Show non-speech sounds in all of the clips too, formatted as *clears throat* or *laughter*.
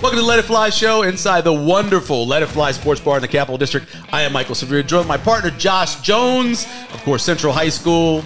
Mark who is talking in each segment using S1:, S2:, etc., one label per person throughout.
S1: Welcome to the Let It Fly show inside the wonderful Let It Fly Sports Bar in the Capital District. I am Michael Severe, joined by my partner Josh Jones, of course, Central High School,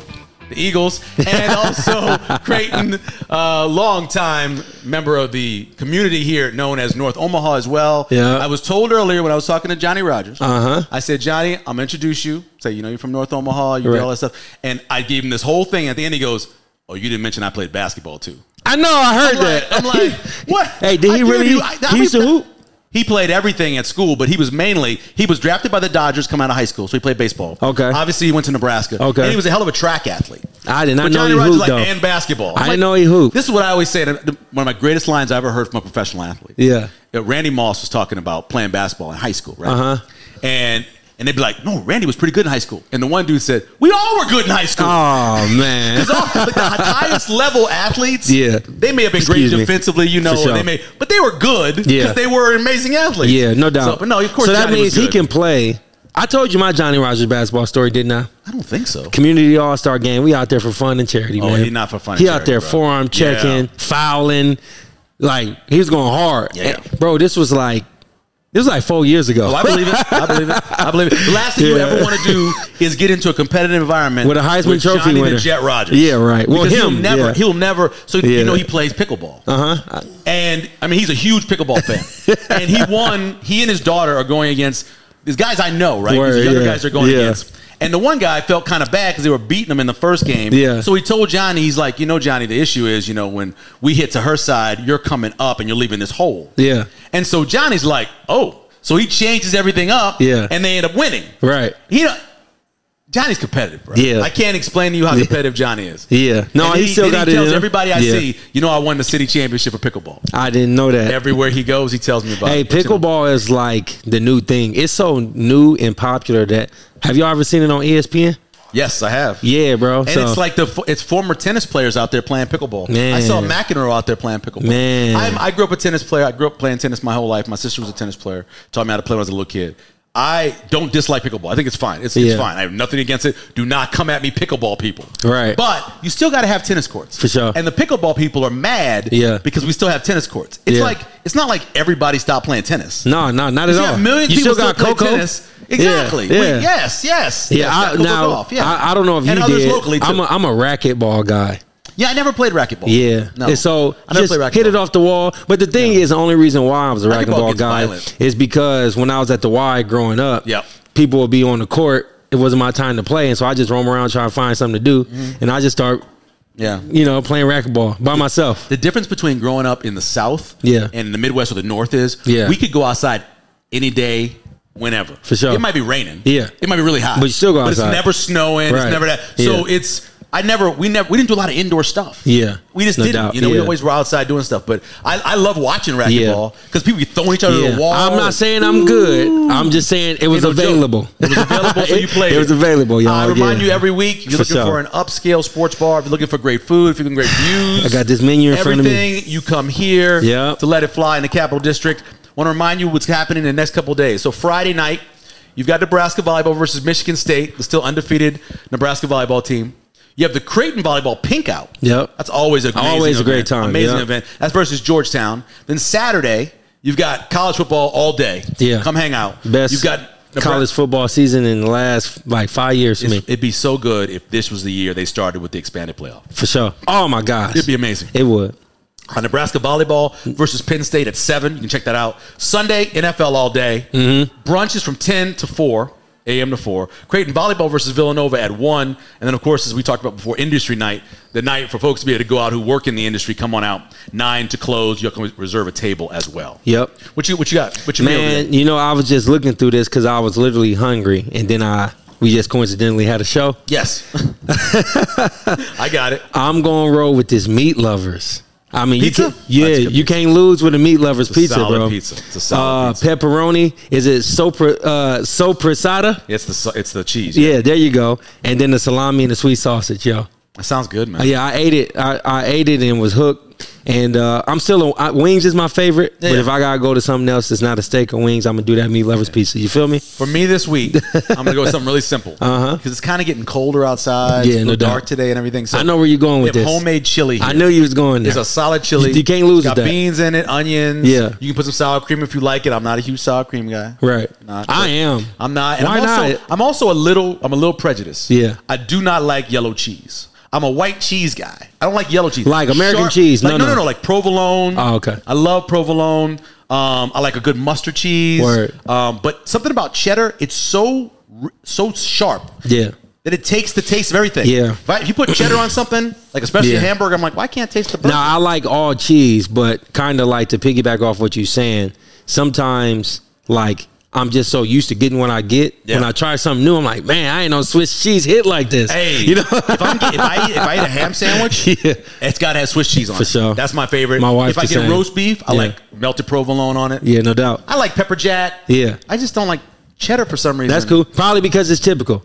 S1: the
S2: *laughs*
S1: Eagles, and also Creighton, uh, longtime member of the community here known as North Omaha as well.
S2: Yeah.
S1: I was told earlier when I was talking to Johnny Rogers, uh-huh. I said, Johnny, I'm going to introduce you. Say, you know, you're from North Omaha, you
S2: Right.
S1: did all that stuff. And I gave him this whole thing. At the end, he goes, Oh, you didn't mention I played basketball too.
S2: I know. I heard
S1: I'm like,
S2: that.
S1: I'm
S2: *laughs*
S1: like, what?
S2: Hey, did
S1: I
S2: he
S1: give
S2: really-
S1: you- I- I
S2: he used to
S1: mean,
S2: hoop?
S1: He played everything at school, but he was mainly he was drafted by the Dodgers coming out of high school, so he played baseball.
S2: Okay.
S1: Obviously, he went to Nebraska.
S2: Okay.
S1: And he was a hell of a track athlete.
S2: I did not
S1: But
S2: know
S1: Johnny
S2: he
S1: Rogers
S2: hooped
S1: like
S2: though.
S1: and basketball. I'm
S2: I
S1: like,
S2: didn't know he hooped.
S1: This is what I always say. to- to- One of my greatest lines I ever heard from a professional athlete.
S2: Yeah.
S1: Uh, Randy Moss was talking about playing basketball in high school, right?
S2: Uh-huh.
S1: And and they'd be like, "No, Randy was pretty good in high school." And the one dude said, "We all were good in high school." *laughs*
S2: oh man.
S1: Because all like the highest level athletes,
S2: Yeah.
S1: they may have been
S2: Excuse
S1: great
S2: me.
S1: defensively, you know,
S2: For
S1: and
S2: sure.
S1: they may, but they were good because
S2: Yeah.
S1: they were amazing athletes.
S2: yeah, no doubt.
S1: So, but no, of course.
S2: So that
S1: Johnny was
S2: means he
S1: good.
S2: can play. I told you my Johnny Rogers basketball story, didn't I?
S1: I don't think so.
S2: Community All Star game. We out there for fun and charity,
S1: Oh,
S2: man.
S1: he not for fun and
S2: He out
S1: charity,
S2: there
S1: bro.
S2: forearm checking,
S1: Yeah.
S2: fouling. Like he was going hard.
S1: Yeah.
S2: And, bro, this was like this was like four years ago.
S1: Oh, I believe it. I believe it. I believe it. The last thing you
S2: Yeah.
S1: ever want to do is get into a competitive environment
S2: With a Heisman
S1: with
S2: Trophy
S1: Johnny
S2: winner.
S1: the Jet Rogers.
S2: Yeah, right. Well,
S1: because
S2: him,
S1: he'll never,
S2: yeah.
S1: he'll never. So
S2: Yeah.
S1: you know he plays pickleball.
S2: uh huh.
S1: and I mean he's a huge pickleball
S2: *laughs*
S1: fan. and he won. He and his daughter are going against these guys I know, right?
S2: Word,
S1: these other
S2: yeah,
S1: guys are going
S2: yeah.
S1: against. And the one guy felt kind of bad because they were beating him in the first game.
S2: Yeah.
S1: So he told Johnny, he's like, you know, Johnny, the issue is, you know, when we hit to her side, you're coming up and you're leaving this hole.
S2: Yeah.
S1: And so Johnny's like, oh. So he changes everything up.
S2: Yeah.
S1: And they end up winning.
S2: Right.
S1: You know, Johnny's competitive, bro.
S2: Yeah.
S1: I can't explain to you how competitive Johnny is.
S2: Yeah. No,
S1: And
S2: he
S1: then
S2: still
S1: then
S2: got
S1: he
S2: it in
S1: tells
S2: him.
S1: everybody I
S2: Yeah.
S1: see, you know, I won the city championship for pickleball.
S2: I didn't know that.
S1: Everywhere he goes, he tells me about.
S2: Hey,
S1: it. But, you know,
S2: pickleball is like the new thing. It's so new and popular that have y'all ever seen it on E ESPN?
S1: Yes, I have.
S2: Yeah, bro.
S1: And it's like the fo- it's former tennis players out there playing pickleball.
S2: Man.
S1: I saw McEnroe out there playing pickleball.
S2: Man.
S1: I'm, I grew up a tennis player. I grew up playing tennis my whole life. My sister was a tennis player. Taught me how to play when I was a little kid. I don't dislike pickleball. I think it's fine. It's,
S2: Yeah.
S1: it's fine. I have nothing against it. Do not come at me, pickleball people.
S2: Right.
S1: But you still got to have tennis courts
S2: For sure.
S1: And the pickleball people are mad.
S2: Yeah.
S1: Because we still have tennis courts. It's
S2: Yeah.
S1: like it's not like everybody stopped playing tennis.
S2: no, no, not at
S1: You
S2: all.
S1: got millions
S2: you
S1: of people
S2: still got
S1: play
S2: Coco.
S1: tennis. Exactly.
S2: Yeah.
S1: We-
S2: yeah.
S1: yes. Yes.
S2: Yeah,
S1: yes,
S2: I-
S1: got Coco
S2: now
S1: golf, yeah.
S2: I, I don't know if
S1: and
S2: you
S1: others
S2: did.
S1: locally too.
S2: I'm a, I'm a racquetball guy.
S1: yeah, I never played racquetball.
S2: Yeah,
S1: No.
S2: And so
S1: I never
S2: just
S1: played racquetball.
S2: hit it off the wall. But the thing is, the only reason why I was a
S1: Racquetball
S2: racquetball
S1: gets
S2: guy
S1: violent.
S2: is because when I was at the Y growing up,
S1: Yep.
S2: people would be on the court. It wasn't my time to play, and so I just roam around trying to find something to do,
S1: Mm-hmm.
S2: and I just start,
S1: Yeah.
S2: you know, playing racquetball by myself.
S1: The difference between growing up in the South
S2: Yeah.
S1: and the Midwest or the North is
S2: Yeah.
S1: we could go outside any day, whenever.
S2: For sure.
S1: It might be raining.
S2: Yeah.
S1: It might be really hot.
S2: But you still go
S1: But
S2: outside.
S1: it's never snowing.
S2: Right.
S1: It's never that. So
S2: Yeah.
S1: it's I never we never we didn't do a lot of indoor stuff.
S2: Yeah.
S1: We just
S2: No
S1: didn't.
S2: doubt.
S1: You know, we
S2: Yeah.
S1: always were outside doing stuff. But I, I love watching racquetball because people be throwing each other to the wall.
S2: I'm not saying I'm good. I'm just saying it was
S1: Ain't no joke.
S2: available.
S1: It was available, so you played.
S2: *laughs* It was available, y'all.
S1: I remind
S2: yeah.
S1: you every week. If you're
S2: For
S1: looking
S2: sure.
S1: for an upscale sports bar, if you're looking for great food, if you're looking for great views,
S2: I got this menu in front of me.
S1: Everything you come here
S2: Yep.
S1: to let it fly in the Capital District. Want to remind you what's happening in the next couple of days. So Friday night, you've got Nebraska volleyball versus Michigan State, the still undefeated Nebraska volleyball team. You have the Creighton volleyball pink out.
S2: Yep.
S1: that's always a amazing
S2: Always a great
S1: event.
S2: time,
S1: Amazing
S2: yeah.
S1: event. That's versus Georgetown. Then Saturday. You've got college football all day.
S2: Yeah.
S1: Come hang out.
S2: Best
S1: You've got Nebra-
S2: college football season in the last like five years for me,
S1: It'd be so good if this was the year they started with the expanded playoff.
S2: for sure. Oh my gosh,
S1: It'd be amazing.
S2: It would.
S1: Uh, Nebraska volleyball versus Penn State at seven. You can check that out. Sunday NFL all day.
S2: Mm-hmm.
S1: Brunch is from ten to four a.m. to four. Creighton volleyball versus Villanova at one, and then of course, as we talked about before, industry night. The night for folks to be able to go out who work in the industry. Come on out nine to close. You can reserve a table as well.
S2: Yep.
S1: What you what you got? What you meal
S2: Man,
S1: today?
S2: you know, I was just looking through this because I was literally hungry, and then I we just coincidentally had a show. *laughs*
S1: Yes, I got it.
S2: I'm going to roll with this meat lovers. I mean,
S1: Pizza?
S2: you can, yeah,
S1: That's good
S2: you
S1: pizza.
S2: can't lose with a meat lover's pizza,
S1: solid
S2: bro.
S1: pizza. It's a solid
S2: uh,
S1: pizza.
S2: Pepperoni is it sopra uh, sopressata?
S1: It's the sa- it's the cheese.
S2: Yeah, there you go. And then the salami and the sweet sausage, yo.
S1: That sounds good, man.
S2: Uh, Yeah, I ate it. I, I ate it and was hooked. And uh, I'm still a, I, wings is my favorite.
S1: Yeah,
S2: But
S1: yeah.
S2: if I gotta go to something else, it's not a steak or wings. I'm gonna do that meat lovers pizza. You feel me?
S1: For me this week, I'm gonna go with something really
S2: *laughs*
S1: simple because it's kind of getting colder outside.
S2: Uh-huh. Yeah,
S1: it's a
S2: no
S1: little dark
S2: doubt.
S1: today and everything. So
S2: I know where you're going
S1: we
S2: with
S1: have
S2: this.
S1: homemade chili. Here.
S2: I knew you was going there.
S1: It's a solid chili.
S2: You, you can't lose
S1: Got
S2: with that.
S1: beans in it, onions.
S2: Yeah.
S1: you can put some sour cream if you like it. I'm not a huge sour cream guy.
S2: Right.
S1: Not-
S2: I am.
S1: I'm not. And
S2: Why
S1: I'm also,
S2: not?
S1: I'm also a little. I'm a little prejudiced.
S2: Yeah.
S1: I do not like yellow cheese. I'm a white cheese guy. I don't like yellow cheese.
S2: Like American cheese.
S1: Like,
S2: No,
S1: no, no,
S2: no.
S1: Like provolone.
S2: Oh, okay.
S1: I love provolone. Um, I like a good mustard cheese.
S2: Word.
S1: Um, but something about cheddar, it's so r- so sharp
S2: Yeah.
S1: that it takes the taste of everything.
S2: Yeah.
S1: If, I, if you put cheddar on something, like especially
S2: Yeah.
S1: a hamburger, I'm like, why can't I taste the burger?
S2: Now I like all cheese, but kind of like to piggyback off what you're saying. Sometimes, like I'm just so used to getting what I get.
S1: Yeah.
S2: When I try something new, I'm like, man, I ain't no Swiss cheese hit like this.
S1: Hey,
S2: *laughs* you know,
S1: if, I'm, get- if I eat, if I eat a ham sandwich,
S2: *laughs* Yeah.
S1: it's got to have Swiss cheese on
S2: For
S1: it.
S2: sure.
S1: That's my favorite.
S2: My
S1: If
S2: wife's
S1: I
S2: the
S1: get
S2: same.
S1: roast beef, I
S2: Yeah.
S1: like melted provolone on it.
S2: yeah, no doubt.
S1: I like pepper jack.
S2: Yeah.
S1: I just don't like cheddar for some reason.
S2: That's cool. Probably because it's typical.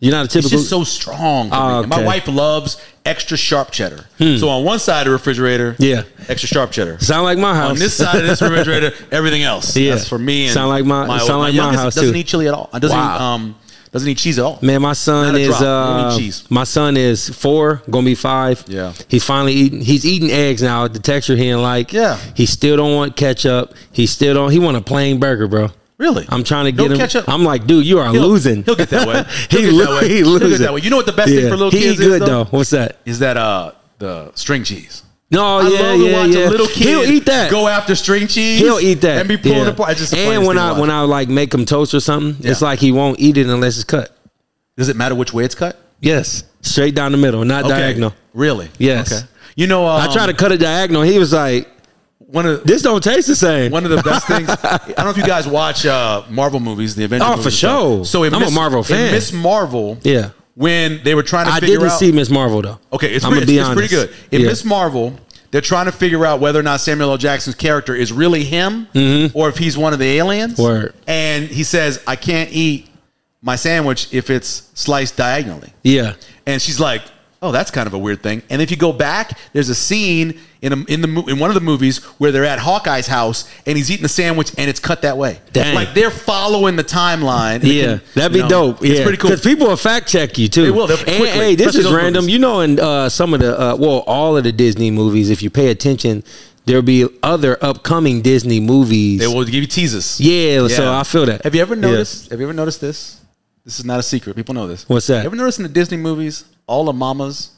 S2: You're not a
S1: It's
S2: typical.
S1: just so strong. to me.
S2: Oh,
S1: My
S2: okay. Hmm.
S1: wife loves extra sharp cheddar. So on one side of the refrigerator,
S2: Yeah.
S1: extra sharp cheddar.
S2: sound like my house.
S1: On this side of
S2: *laughs*
S1: this refrigerator, everything else.
S2: Yeah.
S1: That's for me. And
S2: Sound like my- sound like my
S1: youngest
S2: house,
S1: doesn't
S2: too.
S1: eat chili at all. Doesn't
S2: Wow.
S1: eat, um doesn't eat cheese at all.
S2: Man, my son
S1: Not a
S2: is
S1: drop. Only
S2: uh,
S1: cheese.
S2: my son is four, gonna be five.
S1: Yeah.
S2: he's finally eating. He's eating eggs now. The texture he ain't like.
S1: Yeah.
S2: he still don't want ketchup. He still don't. He want a plain burger, bro.
S1: Really?
S2: I'm trying to
S1: No
S2: get him.
S1: ketchup?
S2: I'm like, dude, you are
S1: He'll-
S2: losing.
S1: He'll get that *laughs* way.
S2: *laughs* he,
S1: He'll get that
S2: lo-
S1: way.
S2: he
S1: He'll get
S2: losing.
S1: that way. You know what the best thing for little
S2: he
S1: kids
S2: eat
S1: is
S2: good
S1: though?
S2: What's that?
S1: Is that uh the string cheese.
S2: No,
S1: I
S2: Oh, yeah,
S1: love to
S2: yeah,
S1: watch a
S2: yeah.
S1: little kid
S2: He'll eat that.
S1: go after string cheese.
S2: He'll eat that
S1: and be pulling
S2: Yeah.
S1: apart. It's just the
S2: and
S1: funniest
S2: when
S1: thing to
S2: I
S1: watch.
S2: when I like make him toast or something, it's
S1: Yeah.
S2: like he won't eat it unless it's cut.
S1: Does it matter which way it's cut?
S2: Yes, straight down the middle, not diagonal.
S1: Really?
S2: Yes.
S1: You know, um,
S2: I try to cut it diagonal. He was like,
S1: one of
S2: *laughs* "This don't taste the same."
S1: one of the best things. I don't know if you guys watch uh, Marvel movies, the Avengers.
S2: Oh,
S1: movies
S2: for
S1: and stuff.
S2: sure.
S1: So in
S2: I'm a
S1: Miss-
S2: Marvel
S1: in
S2: fan.
S1: Miss Marvel.
S2: Yeah.
S1: When they were trying to
S2: I
S1: figure
S2: didn't
S1: out,
S2: see Miss Marvel though.
S1: Okay, it's,
S2: I'ma
S1: pretty, it's, it's pretty good. In
S2: Yeah.
S1: Miss Marvel, they're trying to figure out whether or not Samuel L. Jackson's character is really him or if he's one of the aliens.
S2: Mm-hmm. Word.
S1: And he says, I can't eat my sandwich if it's sliced diagonally.
S2: yeah,
S1: And she's like, "Oh, that's kind of a weird thing." And if you go back, there's a scene in a, in the mo- in one of the movies where they're at Hawkeye's house and he's eating a sandwich and it's cut that way.
S2: Dang.
S1: Like they're following the timeline. and they
S2: yeah,
S1: can-
S2: that'd be
S1: you know,
S2: dope. Yeah,
S1: It's pretty cool.
S2: Because people will fact check you too.
S1: They will, they'll-
S2: And,
S1: quickly,
S2: hey, this
S1: especially
S2: is
S1: those
S2: random.
S1: movies.
S2: You know, in uh, some of the uh, well, all of the Disney movies, if you pay attention, there'll be other upcoming Disney movies.
S1: They will give you teases.
S2: Yeah, so I feel that.
S1: Have you ever
S2: Yeah.
S1: noticed? Have you ever noticed this? This is not a secret. People know this.
S2: What's that?
S1: You ever noticed in the Disney movies, all the mamas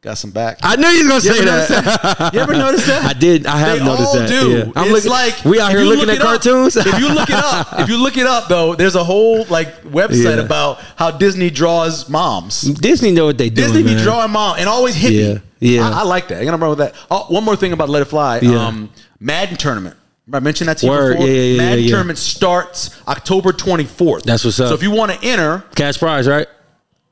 S1: got some back?
S2: I knew you was gonna
S1: You
S2: say
S1: ever, notice
S2: that.
S1: that? you ever notice that?
S2: *laughs* I did. I have
S1: they
S2: noticed
S1: all
S2: that.
S1: Do.
S2: Yeah. I'm
S1: it's
S2: looking-
S1: like
S2: we out
S1: if
S2: here
S1: you
S2: looking
S1: look
S2: at
S1: it up-
S2: cartoons?
S1: if you look it up, if you look it up though, there's a whole like
S2: *laughs*
S1: website
S2: Yeah.
S1: about how Disney draws moms.
S2: Disney know what they doing.
S1: Disney be
S2: man.
S1: drawing mom and always hippie.
S2: Yeah. Yeah.
S1: I, I like that. I got no problem with that. Oh, one more thing about Let It Fly.
S2: Yeah.
S1: Um, Madden tournament. Remember I mentioned that to
S2: Word.
S1: you before.
S2: Yeah, yeah, yeah,
S1: Madden
S2: yeah, yeah.
S1: tournament starts October 24th.
S2: That's what's up.
S1: So if you want to enter,
S2: cash prize, right?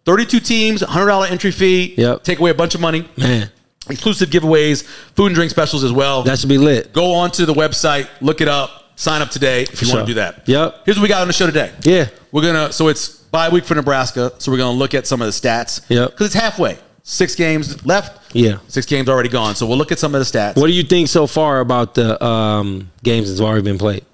S1: 32 teams, $100 entry fee.
S2: Yep.
S1: Take away a bunch of money.
S2: Man,
S1: Exclusive giveaways, food and drink specials as well
S2: that should be lit.
S1: go onto the website, look it up, sign up today if you
S2: sure.
S1: want to do that.
S2: Yep.
S1: Here's what we got on the show today.
S2: Yeah.
S1: We're gonna so it's bye week for Nebraska, so we're gonna look at some of the stats.
S2: Yep.
S1: Because it's halfway. Six games left.
S2: Yeah.
S1: Six games already gone. So we'll look at some of the stats.
S2: What do you think so far about the um, games that's already been played?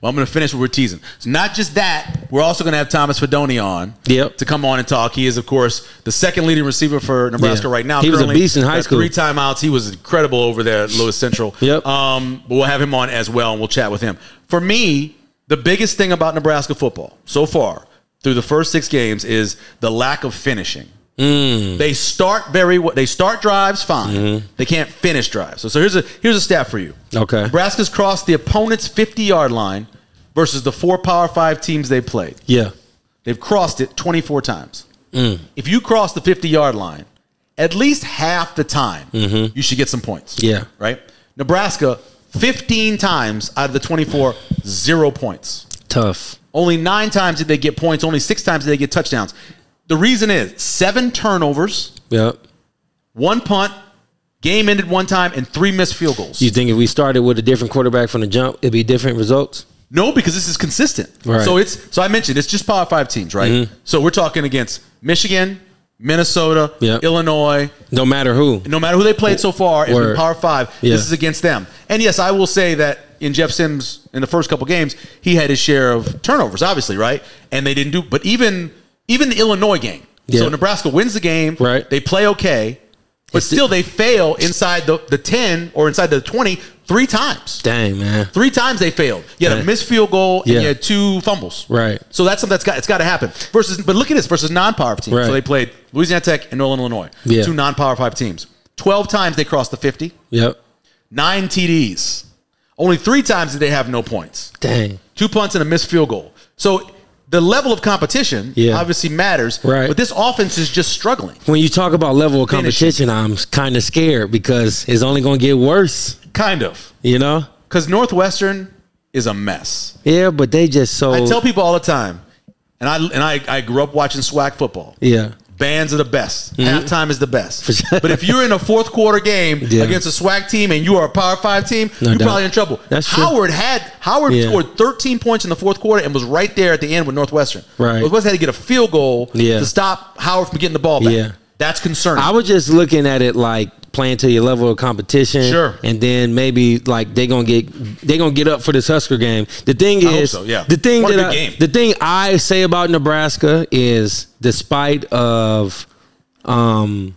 S1: Well, I'm going to finish what we're teasing. So not just that, we're also going to have Thomas Fedoni on
S2: Yep.
S1: to come on and talk. He is, of course, the second leading receiver for Nebraska
S2: Yeah.
S1: right now.
S2: He was a
S1: currently.
S2: beast in high
S1: Got
S2: school.
S1: Three timeouts. He was incredible over there at Lewis Central.
S2: Yep.
S1: Um, but we'll have him on as well, and we'll chat with him. For me, the biggest thing about Nebraska football so far through the first six games is the lack of finishing. They start very well. They start drives fine. They can't finish drives. So, so here's a here's a stat for you.
S2: Mm-hmm. Okay.
S1: Nebraska's crossed the opponent's 50 yard line versus the four Power Five teams they played.
S2: Yeah.
S1: They've crossed it 24 times.
S2: Mm.
S1: If you cross the 50 yard line, at least half the time, you should get some points.
S2: Mm-hmm. Yeah.
S1: Right? Nebraska, 15 times out of the 24, zero points.
S2: Tough.
S1: Only nine times did they get points, only six times did they get touchdowns. The reason is seven turnovers
S2: Yep.
S1: one punt, Game ended one time and three missed field goals.
S2: You think if we started with a different quarterback from the jump, it'd be different results?
S1: No, because this is consistent.
S2: Right. Mm-hmm.
S1: So it's so I mentioned it's just Power Five teams, right? So we're talking against Michigan, Minnesota,
S2: Yep.
S1: Illinois.
S2: No matter who.
S1: No matter who they played so far, it's been
S2: Word.
S1: Power Five.
S2: Yeah.
S1: This is against them. And yes, I will say that in Jeff Sims in the first couple games, he had his share of turnovers, obviously, right? And they didn't do. But even even the Illinois game, so
S2: Yeah.
S1: Nebraska wins the game,
S2: Right.
S1: They play okay, but still they fail inside the the ten or inside the twenty three times.
S2: Dang, man.
S1: Three times they failed. You had a
S2: Right.
S1: missed field goal and
S2: Yeah.
S1: you had two fumbles.
S2: Right.
S1: So that's something that's got it's got to happen. Versus, but look at this versus non-power teams.
S2: Right.
S1: So they played Louisiana Tech and Northern Illinois,
S2: Yeah.
S1: two non-power five teams. Twelve times they crossed the fifty,
S2: Yep.
S1: nine TDs. Only three times did they have no points.
S2: Dang.
S1: Two punts and a missed field goal. So the level of competition
S2: Yeah.
S1: obviously matters.
S2: Right.
S1: But this offense is just struggling.
S2: When you talk about level of
S1: Finish
S2: competition, I'm kind of scared because it's only going to get worse,
S1: Kind of.
S2: you know?
S1: Because Northwestern is a mess.
S2: Yeah, but they just so.
S1: I tell people all the time, and I and I, I grew up watching swag football.
S2: yeah.
S1: Bands are the best. Halftime is the best.
S2: Mm-hmm. sure.
S1: But if you're in a fourth quarter game
S2: Yeah.
S1: against a swag team and you are a power five team,
S2: No
S1: you're
S2: doubt.
S1: probably in trouble.
S2: That's true.
S1: Howard had Howard
S2: Yeah.
S1: scored 13 points in the fourth quarter and was right there at the end with Northwestern.
S2: Right.
S1: Northwestern had to get a field goal
S2: Yeah.
S1: to stop Howard from getting the ball back.
S2: Yeah.
S1: That's concerning.
S2: I was just looking at it like playing to your level of competition.
S1: Sure.
S2: And then maybe like they gonna get they gonna get up for this Husker game. The thing
S1: I hope
S2: is
S1: so, yeah.
S2: the thing
S1: What a
S2: that
S1: good
S2: I,
S1: game.
S2: the thing I say about Nebraska is despite of um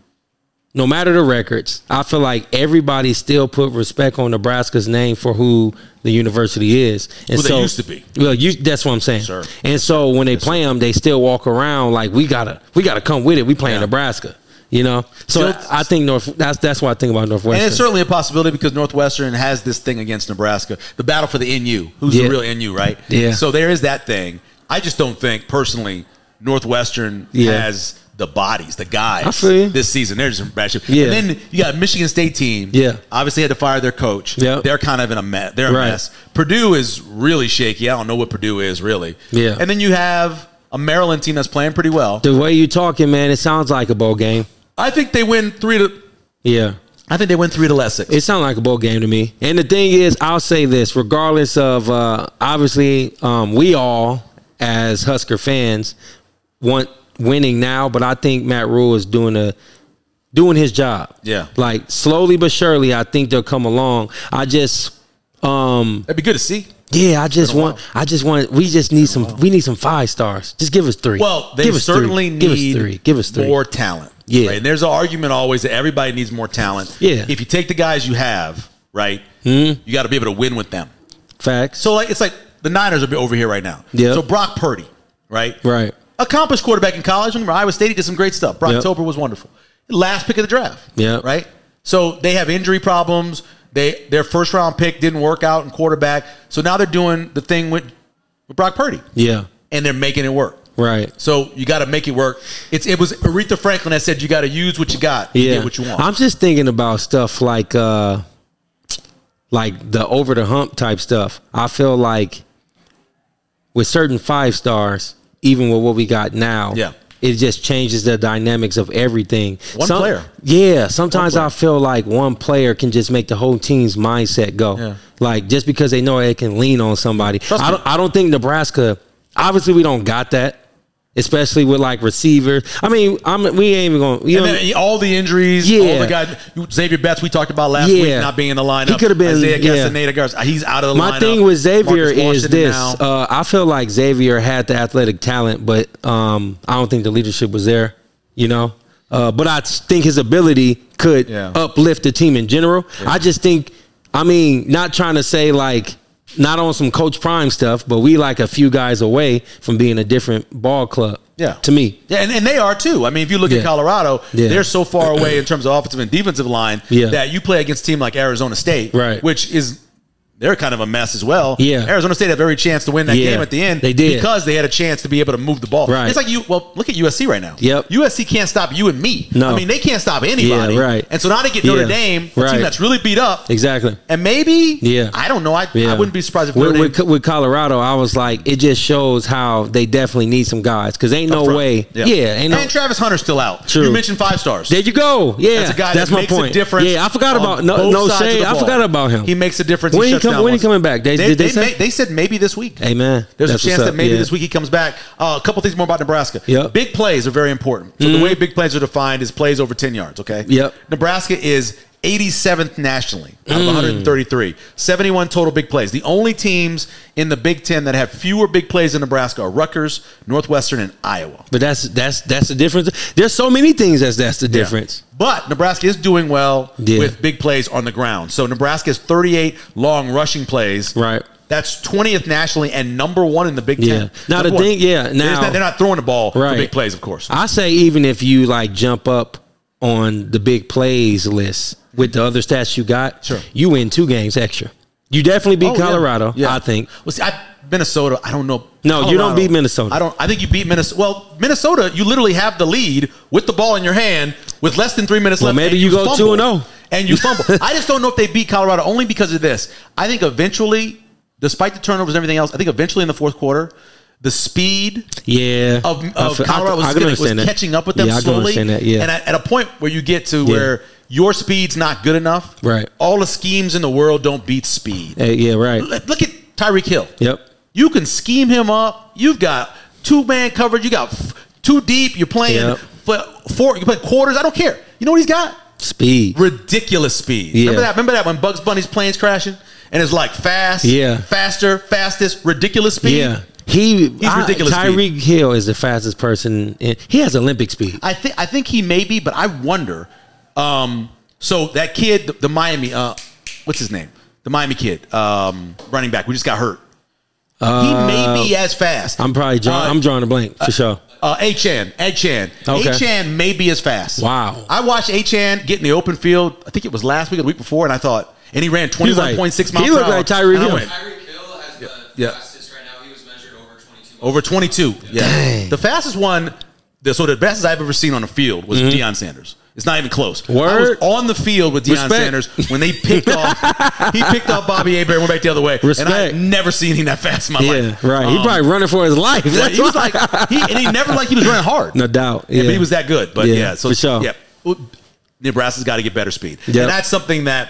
S2: no matter the records, I feel like everybody still put respect on Nebraska's name for who the university is. And
S1: Who they used to be.
S2: Well, you, that's what I'm saying.
S1: Sure.
S2: And so when they play them, they still walk around like we gotta we gotta come with it. We playing
S1: Yeah.
S2: Nebraska, you know. So
S1: Still-
S2: I think North. That's that's what I think about Northwestern.
S1: and it's certainly a possibility because Northwestern has this thing against Nebraska, the battle for the NU. Who's
S2: Yeah.
S1: the real NU, right?
S2: Yeah.
S1: So there is that thing. I just don't think personally Northwestern
S2: Yeah.
S1: has the bodies, the
S2: I
S1: guys
S2: feel you.
S1: this season. They're just in bad shape.
S2: Yeah.
S1: And then you got Michigan State team.
S2: Yeah.
S1: Obviously had to fire their coach.
S2: Yep.
S1: They're kind of in a mess. They're a
S2: Right.
S1: mess. Purdue is really shaky. I don't know what Purdue is really.
S2: Yeah.
S1: And then you have a Maryland team that's playing pretty well.
S2: the way you talking, man, it sounds like a bowl game.
S1: I think they win three to
S2: Yeah.
S1: I think they win three to Essex.
S2: It sounds like a bowl game to me. And the thing is, I'll say this, regardless of uh, obviously, um, we all as Husker fans want winning now, but I think Matt Rule is doing a doing his job.
S1: Yeah.
S2: like slowly but surely, I think they'll come along. I just, um,
S1: That'd be good to see.
S2: yeah, I just
S1: Been a
S2: want, I just want, we just need some, we need some five stars. Just give us three.
S1: Well, they
S2: give us
S1: certainly
S2: three.
S1: need
S2: give us three. Give us three.
S1: more talent.
S2: Yeah.
S1: right? And there's an argument always that everybody needs more talent.
S2: Yeah. Hmm?
S1: If you take the guys you have, right, you got to be able to win with them.
S2: Facts.
S1: So like it's like the Niners are over here right now.
S2: Yeah.
S1: So Brock Purdy, right?
S2: right.
S1: Accomplished quarterback in college. Remember Iowa State he did some great stuff. Brock
S2: Yep.
S1: Tober was wonderful. Last pick of the draft.
S2: Yeah.
S1: Right? So they have injury problems. They their first round pick didn't work out in quarterback. So now they're doing the thing with, with Brock Purdy.
S2: Yeah.
S1: And they're making it work.
S2: Right.
S1: So you got to make it work. It's it was Aretha Franklin that said you got to use what you got to get what you want.
S2: I'm just thinking about stuff like uh like the over the hump type stuff. I feel like with certain five stars, even with what we got now,
S1: Yeah.
S2: it just changes the dynamics of everything.
S1: One player.
S2: Yeah. Sometimes
S1: One player.
S2: I feel like one player can just make the whole team's mindset go.
S1: Yeah.
S2: Like just because they know they can lean on somebody.
S1: Trust
S2: I
S1: me.
S2: don't I don't think Nebraska obviously we don't got that. Especially with like receivers. I mean, I'm we ain't even gonna you
S1: and
S2: know,
S1: then all the injuries, all
S2: Yeah.
S1: the guys, Xavier Betts we talked about last
S2: Yeah.
S1: week not being in the lineup.
S2: He could've been-
S1: Isaiah
S2: yeah.
S1: Castaneda Garza, he's out of the lineup.
S2: My thing with Xavier
S1: Marcus
S2: is
S1: Washington
S2: this:
S1: now.
S2: uh, I feel like Xavier had the athletic talent, but um, I don't think the leadership was there. You know, uh, but I think his ability could
S1: Yeah.
S2: uplift the team in general. I just think, I mean, not trying to say like not on some Coach Prime stuff, but we like a few guys away from being a different ball club.
S1: Yeah.
S2: to me,
S1: Yeah, and, and they are too. I mean, if you look at
S2: Yeah.
S1: Colorado,
S2: Yeah.
S1: they're so
S2: *clears throat*
S1: far away in terms of offensive and defensive line
S2: Yeah.
S1: that you play against a team like Arizona State,
S2: Right.
S1: which is they're kind of a mess as well.
S2: Yeah.
S1: Arizona State had every chance to win that
S2: Yeah,
S1: game at the end.
S2: they did.
S1: because they had a chance to be able to move the ball.
S2: Right.
S1: It's like you. Well, look at USC right now.
S2: Yep.
S1: USC can't stop you and me.
S2: No.
S1: I mean they can't stop anybody.
S2: Yeah, right.
S1: And so now they get Notre
S2: Yeah,
S1: Dame, a
S2: right.
S1: team that's really beat up.
S2: Exactly.
S1: And maybe,
S2: Yeah.
S1: I don't know. I, I wouldn't be surprised if Notre
S2: with,
S1: Dame
S2: with, with Colorado, I was like, it just shows how they definitely need some guys because ain't no
S1: up front.
S2: way. Yeah, ain't no.
S1: and Travis Hunter's still out.
S2: True.
S1: You mentioned five stars.
S2: there you go. Yeah,
S1: That's a guy that
S2: my
S1: makes
S2: point.
S1: a difference.
S2: Yeah, I forgot
S1: on
S2: about no,
S1: both
S2: no
S1: sides of
S2: shade.
S1: the
S2: I
S1: ball.
S2: forgot about him.
S1: He makes a difference.
S2: When he
S1: shuts
S2: come-
S1: down
S2: when he
S1: once.
S2: coming back? They- did they say?
S1: may- they said maybe this week.
S2: Amen.
S1: There's
S2: That's
S1: a chance
S2: what's
S1: that
S2: up.
S1: maybe
S2: Yeah.
S1: this week he comes back. Uh, a couple things more about Nebraska.
S2: Yep. Mm-hmm.
S1: Big plays are very important. So the way big plays are defined is plays over 10 yards, okay?
S2: Yep. Mm.
S1: Nebraska is 87th nationally out of 133. 71 total big plays. The only teams in the Big Ten that have fewer big plays in Nebraska are Rutgers, Northwestern, and Iowa.
S2: But that's that's that's the difference. There's so many things that's that's the difference.
S1: Yeah. But Nebraska is doing well
S2: Yeah.
S1: with big plays on the ground. So Nebraska has 38 long rushing plays.
S2: Right.
S1: That's 20th nationally and number one in the Big
S2: Yeah.
S1: Ten.
S2: Now,
S1: Number
S2: the
S1: one.
S2: thing- yeah,
S1: They're
S2: now-
S1: just not- they're not throwing the ball
S2: Right.
S1: for big plays, of course.
S2: I say even if you like jump up on the big plays list with the other stats you got,
S1: Sure.
S2: you win two games extra. You definitely beat
S1: Oh, yeah.
S2: Colorado, I think.
S1: Well, see, I, Minnesota, I don't know.
S2: No, you don't beat Minnesota.
S1: I don't. I think you beat Minnesota. Well, Minnesota, you literally have the lead with the ball in your hand with less than three minutes
S2: Well,
S1: left.
S2: maybe
S1: and
S2: you go oh.
S1: fumble.
S2: 2-0.
S1: and you
S2: *laughs*
S1: fumble. I just don't know if they beat Colorado only because of this. I think eventually, despite the turnovers and everything else, I think eventually in the fourth quarter, the speed
S2: Yeah,
S1: of,
S2: I
S1: of
S2: feel- I-
S1: Colorado was,
S2: I can
S1: gonna- was
S2: understand that.
S1: catching up with them
S2: yeah,
S1: slowly.
S2: I can understand that. Yeah,
S1: And at, at a point where you get to where your speed's not good enough,
S2: Right.
S1: all the schemes in the world don't beat speed.
S2: Hey, yeah, right.
S1: Look look at Tyreek Hill.
S2: Yep.
S1: You can scheme him up. You've got two man coverage. You got f- two deep. You're playing
S2: Yep.
S1: f- four. You play quarters. I don't care. You know what he's got?
S2: Speed.
S1: Ridiculous speed.
S2: Yeah.
S1: Remember that? Remember that when Bugs Bunny's plane's crashing and it's like fast,
S2: Yeah.
S1: faster, fastest, ridiculous speed.
S2: Yeah. He,
S1: He's ridiculous
S2: I,
S1: speed.
S2: Tyreek Hill is the fastest person. In, he has Olympic speed.
S1: I think I think he may be, but I wonder. Um, so that kid, the, the Miami, uh, what's his name? The Miami kid, um, running back. We just got hurt. he may be as fast.
S2: Uh, I'm probably drawing.
S1: Uh,
S2: I'm drawing a blank for sure.
S1: Uh, Achan, Achan,
S2: Okay.
S1: Achan may be as fast.
S2: Wow.
S1: I watched Achan get in the open field. I think it was last week or the week before, and I thought, and he ran
S2: like-
S1: twenty one point six
S2: he
S1: miles. per
S2: looked
S1: hour,
S2: like Tyreek
S1: and I
S2: Hill.
S1: went,
S3: Tyreek Hill has the
S1: Yeah.
S3: fastest right now. He was measured over 22.
S1: Over 22. Yeah.
S2: Dang.
S1: The fastest one, the- so the fastest I've ever seen on a field was Deion Sanders. It's not even close.
S2: Mm-hmm. Word.
S1: I was on the field with Deion
S2: Respect.
S1: Sanders when they picked
S2: *laughs*
S1: off, he picked off Bobby Abear and went back the other way. And
S2: Respect.
S1: I've never seen him that fast in my
S2: Yeah,
S1: life.
S2: right. he
S1: Um,
S2: probably running for his life.
S1: yeah, he was
S2: *laughs*
S1: like, he, and he never like he was running hard.
S2: no doubt. Yeah,
S1: Yeah, but he was that good. But
S2: Yeah,
S1: yeah, so
S2: for sure.
S1: yeah, Well, Nebraska's got to get better speed,
S2: Yep.
S1: and that's something that,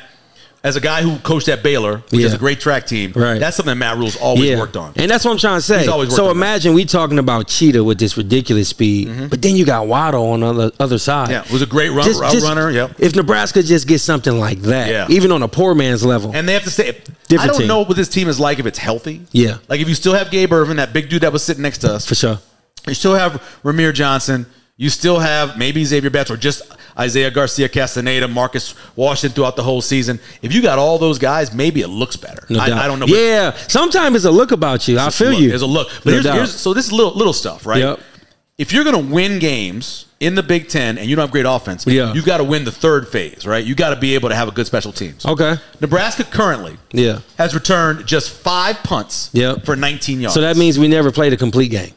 S1: as a guy who coached at Baylor, which is
S2: Yeah.
S1: a great track team,
S2: Right.
S1: that's something that Matt Rule's always worked on.
S2: And that's what I'm trying to say.
S1: He's always worked
S2: so
S1: on that.
S2: imagine we talking about Cheetah with this ridiculous speed, but then you got Waddle on the other, other side.
S1: Yeah, was a great run- route runner, yep.
S2: If Nebraska just gets something like that,
S1: Yeah.
S2: even on a poor man's level,
S1: And they have to say, I
S2: Different
S1: don't
S2: team.
S1: know what this team is like if it's healthy.
S2: Yeah.
S1: Like if you still have Gabe Irvin, that big dude that was sitting next to us.
S2: for sure.
S1: You still have Ramir Johnson. You still have maybe Xavier Betts or just Isaiah Garcia Castaneda, Marcus Washington throughout the whole season. If you got all those guys, maybe it looks better.
S2: No
S1: I,
S2: doubt.
S1: I don't know.
S2: Yeah, sometimes it's a look about you. I feel
S1: look,
S2: you.
S1: There's a look. But
S2: No
S1: here's,
S2: doubt.
S1: here's- so this is little little stuff, right?
S2: Yep.
S1: If you're going to win games in the Big Ten and you don't have great offense,
S2: Yeah.
S1: you've got to win the third phase, right? You got to be able to have a good special teams.
S2: Okay.
S1: Nebraska currently
S2: Yeah.
S1: has returned just five punts
S2: Yep.
S1: for 19 yards.
S2: So that means we never played a complete game.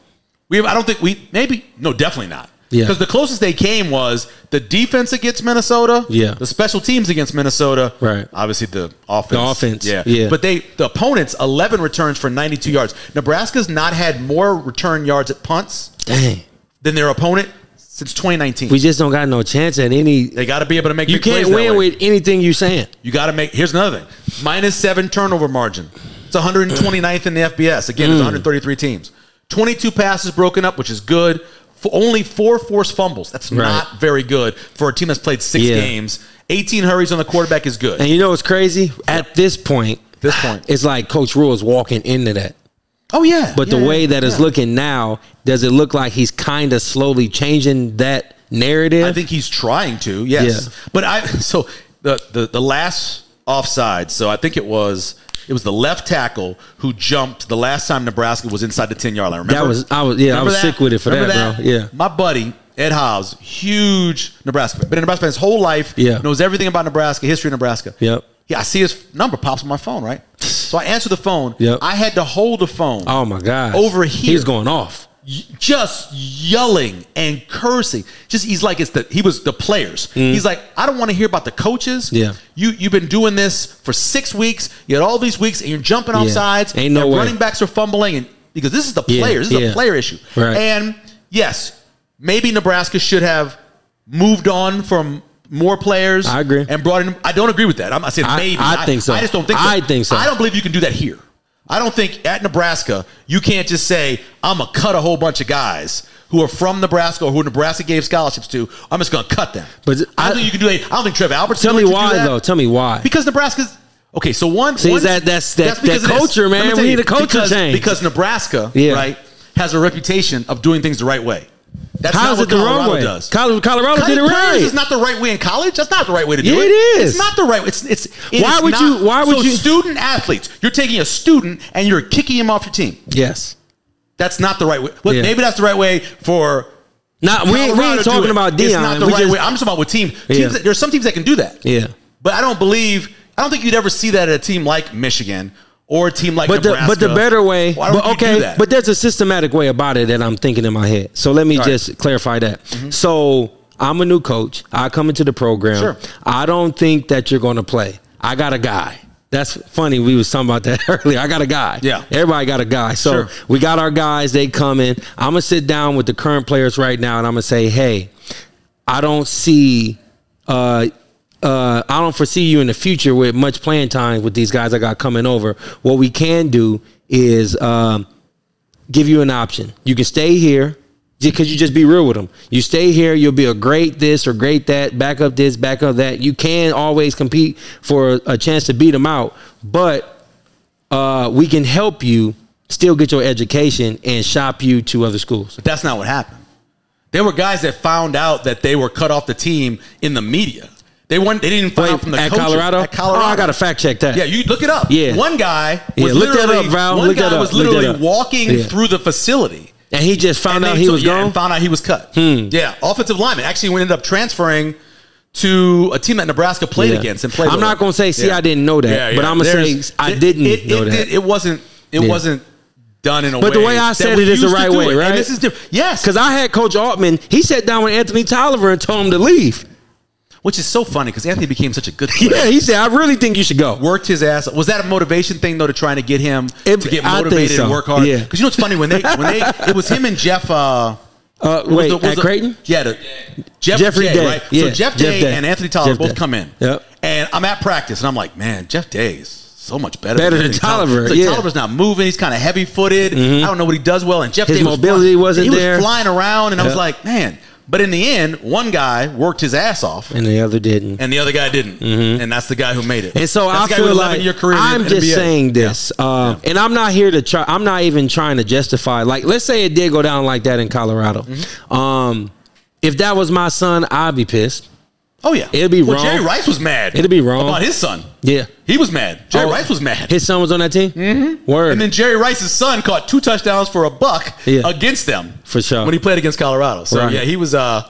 S1: we have, I don't think we maybe no definitely not.
S2: Yeah.
S1: Because the closest they came was the defense against Minnesota.
S2: Yeah.
S1: The special teams against Minnesota.
S2: Right.
S1: Obviously the offense.
S2: The offense,
S1: Yeah.
S2: yeah.
S1: But they the opponents 11 returns for 92 yards. Nebraska's not had more return yards at punts
S2: Dang,
S1: than their opponent since 2019.
S2: we just don't got no chance at any.
S1: they got to be able to make.
S2: You
S1: big plays
S2: can't
S1: that
S2: win
S1: way.
S2: with anything you saying.
S1: You got to make. Here's another thing: minus seven turnover margin. It's 129th in the FBS.
S2: Mm.
S1: Again, it's 133 teams. 22 passes broken up, which is good. For only four forced fumbles. That's
S2: Right.
S1: not very good for a team that's played six
S2: Yeah.
S1: games. 18 hurries on the quarterback is good.
S2: And you know what's crazy? At this point,
S1: This point.
S2: it's like Coach Rule is walking into that.
S1: oh yeah.
S2: But
S1: Yeah,
S2: the way
S1: yeah,
S2: that it's
S1: yeah.
S2: looking now, does it look like he's kind of slowly changing that narrative?
S1: I think he's trying to. Yes.
S2: Yeah.
S1: But I *laughs* so the the the last offside. So I think it was it was the left tackle who jumped the last time Nebraska was inside the ten yard line. Remember
S2: That was- I was- yeah, I was sick with it for that, bro. Yeah.
S1: my buddy Ed Hobbs, huge Nebraska, fan. been a Nebraska fan his whole life.
S2: Yeah.
S1: knows everything about Nebraska, history of Nebraska.
S2: Yep. *sighs*
S1: Yeah, I see his number pops on my phone. Right. So I answered the phone.
S2: Yep.
S1: I had to hold the phone.
S2: Oh my God.
S1: Over here.
S2: He's going off.
S1: y- just yelling and cursing. Just he's like it's the he was the players. He's like I don't want to hear about the coaches.
S2: Mm-hmm. Yeah.
S1: you you've been doing this for six weeks. You had all these weeks and you're jumping off
S2: Yeah.
S1: sides.
S2: Ain't no
S1: and
S2: way.
S1: running backs are fumbling and because this is the
S2: Yeah,
S1: players. This is
S2: yeah.
S1: a player issue.
S2: Right.
S1: And yes, maybe Nebraska should have moved on from. More players.
S2: I agree.
S1: And brought in. I don't agree with that. I'm, I said
S2: I-
S1: maybe.
S2: I think so.
S1: I just don't think.
S2: I think so.
S1: I don't believe you can do that here. I don't think at Nebraska you can't just say I'm gonna cut a whole bunch of guys who are from Nebraska or who Nebraska gave scholarships to. I'm just gonna cut them.
S2: But
S1: I,
S2: I-
S1: don't think you can do that. I don't think Trevor Alberts.
S2: Tell me
S1: can do
S2: why
S1: that.
S2: though. Tell me why.
S1: Because Nebraska's okay. So one,
S2: See,
S1: one-
S2: that- that's- that- that
S1: because of this.
S2: culture,
S1: Let me
S2: man.
S1: tell
S2: We
S1: you,
S2: need a culture
S1: because-
S2: change.
S1: because Nebraska,
S2: Yeah.
S1: right, has a reputation of doing things the right way. That's not
S2: How's
S1: what
S2: it the
S1: Colorado
S2: wrong way?
S1: does.
S2: Col- Colorado
S1: Cutting
S2: did it right.
S1: players is not the right way in college. That's not the right way to do
S2: Yeah,
S1: it.
S2: it is.
S1: It's not the right. It's it's. it
S2: Why
S1: is
S2: would
S1: not.
S2: you- why would
S1: so
S2: you-
S1: Student athletes. You're taking a student and you're kicking him off your team.
S2: yes.
S1: That's not the right way. Look,
S2: Yeah.
S1: maybe that's the right way for.
S2: Not we, we
S1: Colorado
S2: ain't
S1: to
S2: talking
S1: do it.
S2: about
S1: It's
S2: Dion.
S1: not the
S2: we
S1: right
S2: just-
S1: way. I'm just talking about with team. Teams
S2: Yeah.
S1: that, there's some teams that can do that.
S2: Yeah.
S1: But I don't believe. I don't think you'd ever see that at a team like Michigan or a team like
S2: but the,
S1: Nebraska.
S2: but the better way,
S1: Why don't
S2: but
S1: you
S2: okay,
S1: do that?
S2: but there's a systematic way about it that I'm thinking in my head. So let me
S1: All right. Mm-hmm.
S2: just clarify that. So I'm a new coach. I come into the program.
S1: Sure.
S2: I don't think that you're going to play. I got a guy. That's funny. We was talking about that *laughs* earlier. I got a guy.
S1: Yeah.
S2: Everybody got a guy. So
S1: Sure.
S2: we got our guys. They come in. I'm gonna sit down with the current players right now, and I'm gonna say, hey, I don't see. Uh, uh, I don't foresee you in the future with much playing time with these guys I got coming over. What we can do is um, give you an option. You can stay here because you just be real with them. You stay here, you'll be a great this or great that, back up this, back up that. You can always compete for a chance to beat them out, but uh, we can help you still get your education and shop you to other schools.
S1: That's not what happened. There were guys that found out that they were cut off the team in the media. They won. They didn't find
S2: Wait,
S1: out from the
S2: at
S1: coaches.
S2: Colorado?
S1: At Colorado,
S2: Oh, I gotta fact check that.
S1: Yeah, you look it up.
S2: Yeah.
S1: one guy.
S2: Yeah,
S1: Was
S2: look that
S1: literally-
S2: up, Val.
S1: One
S2: Look
S1: guy
S2: that up.
S1: was
S2: Look that
S1: literally
S2: up.
S1: walking
S2: Yeah.
S1: through the facility.
S2: And he just found
S1: And
S2: out
S1: they
S2: he
S1: took-
S2: was
S1: yeah,
S2: gone. Hmm.
S1: and found out he was cut. Yeah, offensive lineman actually ended up transferring to a team that Nebraska played
S2: Yeah.
S1: against and played.
S2: I'm
S1: with.
S2: not gonna say, see, I didn't know that, but I'ma
S1: There's-
S2: say I didn't
S1: It, it,
S2: know
S1: it,
S2: that.
S1: did- it wasn't. It
S2: Yeah.
S1: wasn't done in a way.
S2: But the way I
S1: that
S2: said
S1: we
S2: it is the
S1: used to
S2: right
S1: do
S2: way,
S1: it.
S2: right?
S1: And this is different. Yes,
S2: Because I had Coach Altman, he sat down with Anthony Tolliver and told him to leave.
S1: which is so funny because Anthony became such a good player.
S2: *laughs* Yeah, he said, I really think you should go.
S1: worked his ass. Was that a motivation thing though to trying to get him
S2: It-
S1: to get
S2: I think
S1: motivated
S2: so.
S1: and work hard?
S2: Yeah.
S1: Because you know it's funny when
S2: *laughs*
S1: they when they it was him and Jeff. Uh,
S2: Uh,
S1: was
S2: wait,
S1: the- was
S2: at
S1: the-
S2: Creighton?
S1: yeah, the, Jeff
S2: Jeffrey
S1: Day,
S2: Day,
S1: right?
S2: yeah,
S1: So Jeff
S2: Jeff
S1: Day,
S2: Day.
S1: and Anthony Tolliver
S2: Jeff
S1: both
S2: Day.
S1: come in.
S2: Yep.
S1: And I'm at practice and I'm like, man, Jeff Day's so much better.
S2: Better than
S1: Anthony
S2: Tolliver,
S1: It's like
S2: yeah. Mm-hmm.
S1: Tolliver's not moving. He's kind of heavy footed. I don't know what he does well. And Jeff
S2: His
S1: Day was
S2: mobility
S1: flying-
S2: wasn't
S1: he
S2: there.
S1: was flying around, and I was
S2: Yep.
S1: like, man. But in the end, one guy worked his ass off
S2: And the other didn't.
S1: and the other guy didn't, and that's the guy who made it.
S2: Mm-hmm. And so
S1: that's
S2: I
S1: the guy
S2: feel
S1: with
S2: like
S1: 11 year career in
S2: I'm
S1: the
S2: just
S1: NBA.
S2: saying this, uh, and I'm not here to try. I'm not even trying to justify. Like, let's say it did go down like that in Colorado.
S1: Mm-hmm.
S2: Um, if that was my son, I'd be pissed.
S1: Oh yeah,
S2: It'd be
S1: well,
S2: wrong.
S1: Jerry Rice was mad.
S2: It'd be wrong.
S1: about his son.
S2: Yeah.
S1: he was mad. Jerry
S2: Oh,
S1: Rice was mad.
S2: His son was on that team. Mm-hmm. Word.
S1: and then Jerry Rice's son caught two touchdowns for a buck
S2: Yeah.
S1: against them
S2: For sure.
S1: when he played against Colorado. So
S2: Right.
S1: yeah, he was. uh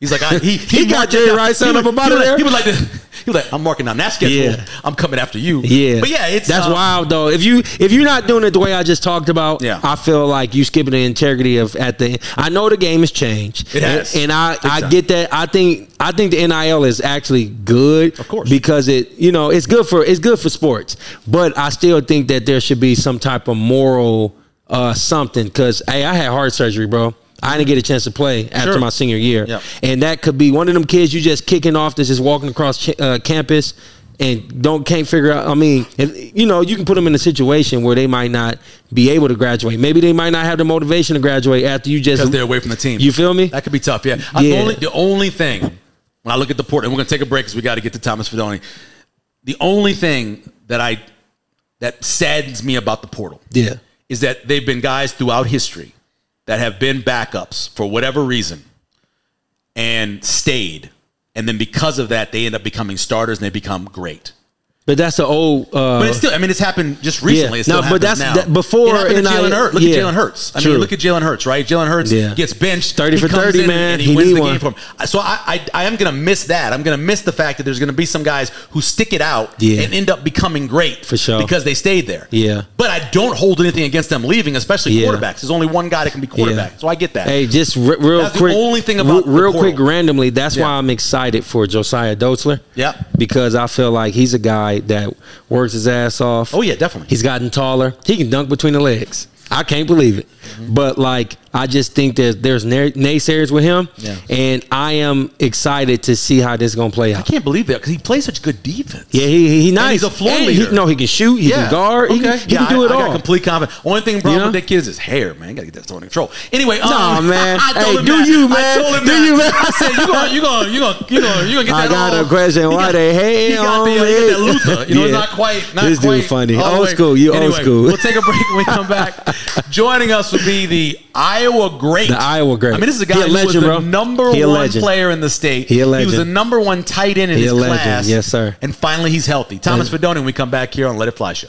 S1: He's like I,
S2: *laughs*
S1: he,
S2: He got
S1: marked
S2: Jerry
S1: it down.
S2: Rice
S1: He
S2: son
S1: was-
S2: up about
S1: he was
S2: it
S1: like- He
S2: there.
S1: was like, this- he was like, I'm marking down that schedule.
S2: Yeah.
S1: I'm coming after you.
S2: Yeah,
S1: but yeah, it's
S2: that's
S1: uh,
S2: wild though. If you if you're not doing it the way I just talked about,
S1: Yeah.
S2: I feel like you skipping the integrity of at the. I know the game has changed.
S1: It has.
S2: and, and I
S1: Big
S2: I
S1: time.
S2: get that. I think I think the nil is actually good,
S1: Of course.
S2: because it you know it's good for it's good for sports. But I still think that there should be some type of moral uh something because hey, I had heart surgery, bro. I didn't get a chance to play after
S1: Sure.
S2: my senior year,
S1: Yeah.
S2: and that could be one of them kids you just kicking off that's just walking across ch- uh, campus and don't can't figure out. I mean, if, you know, you can put them in a situation where they might not be able to graduate. Maybe they might not have the motivation to graduate after you just
S1: because they're away from the team.
S2: You feel me?
S1: That could be tough. Yeah. I- the
S2: Yeah.
S1: only- the only thing when I look at the port, and we're gonna take a break because we got to get to Thomas Fedoni. The only thing that I that saddens me about the portal,
S2: Yeah.
S1: is that they've been guys throughout history that have been backups for whatever reason and stayed, and then because of that, they end up becoming starters and they become great.
S2: But that's the old. Uh,
S1: But it's still, I mean, it's happened just recently.
S2: Yeah.
S1: It's still
S2: No, but
S1: happens
S2: that's-
S1: now.
S2: that- before
S1: It happened to
S2: NIL
S1: Jalen Hurts. Look
S2: yeah.
S1: at Jalen Hurts. I
S2: True.
S1: mean, look at Jalen Hurts, right? Jalen Hurts
S2: Yeah.
S1: gets benched.
S2: 30
S1: he
S2: for
S1: comes
S2: 30,
S1: in
S2: man.
S1: And he,
S2: He
S1: wins
S2: need
S1: the
S2: one.
S1: game for him. I- So I, I, I am going to miss that. I'm going to miss the fact that there's going to be some guys who stick it out
S2: Yeah.
S1: and end up becoming great
S2: For sure.
S1: because they stayed there.
S2: Yeah.
S1: But I don't hold anything against them leaving, especially
S2: Yeah.
S1: quarterbacks. There's only one guy that can be quarterback.
S2: Yeah.
S1: So I get that.
S2: Hey, just re- real
S1: That's the
S2: quick.
S1: only thing about the
S2: re- real
S1: portal.
S2: quick randomly. That's
S1: Yeah.
S2: why I'm excited for Josiah Dotzler.
S1: Yeah.
S2: because I feel like he's a guy that works his ass off.
S1: Oh, yeah, definitely.
S2: He's gotten taller. He can dunk between the legs. I can't believe it.
S1: Mm-hmm.
S2: But like, I just think there's there's na- naysayers with him,
S1: Yeah.
S2: and I am excited to see how this is gonna play
S1: I
S2: out.
S1: can't believe that because he plays such good defense.
S2: Yeah, he, he, he nice.
S1: he's a floor
S2: And he-
S1: leader.
S2: no, he can shoot. He can guard. He can, he
S1: yeah,
S2: can do
S1: I,
S2: it
S1: I
S2: all.
S1: Got complete confidence. Only thing problem
S2: Yeah.
S1: with that kid is his hair, man. Gotta get that under control. Anyway, um, *laughs*
S2: Nah, man.
S1: I told
S2: Hey,
S1: him
S2: do
S1: that.
S2: you,
S1: I
S2: man.
S1: told him
S2: Do
S1: that.
S2: you, man.
S1: I said you gonna you gonna you gonna you gonna you gonna get
S2: I
S1: that.
S2: got
S1: all-
S2: a question.
S1: He
S2: Why
S1: got-
S2: they hate
S1: He got
S2: on
S1: the, he got that
S2: me?
S1: Luther. You know, it's
S2: Yeah.
S1: not quite. Not
S2: This dude
S1: quite
S2: funny.
S1: all the
S2: Old
S1: way.
S2: school. You old
S1: Anyway,
S2: school.
S1: We'll take a break when we come
S2: *laughs*
S1: back. Joining us will be the Iowa great.
S2: The Iowa great.
S1: I mean, this is a
S2: He
S1: guy
S2: a
S1: who was
S2: legend,
S1: the
S2: bro.
S1: number
S2: He a
S1: one
S2: legend.
S1: player in the state.
S2: He a
S1: was the
S2: legend.
S1: number one tight end in
S2: He
S1: his
S2: a legend.
S1: class.
S2: Yes, sir.
S1: And finally, he's healthy. Thomas Fedoni. When we come back here on Let It Fly Show.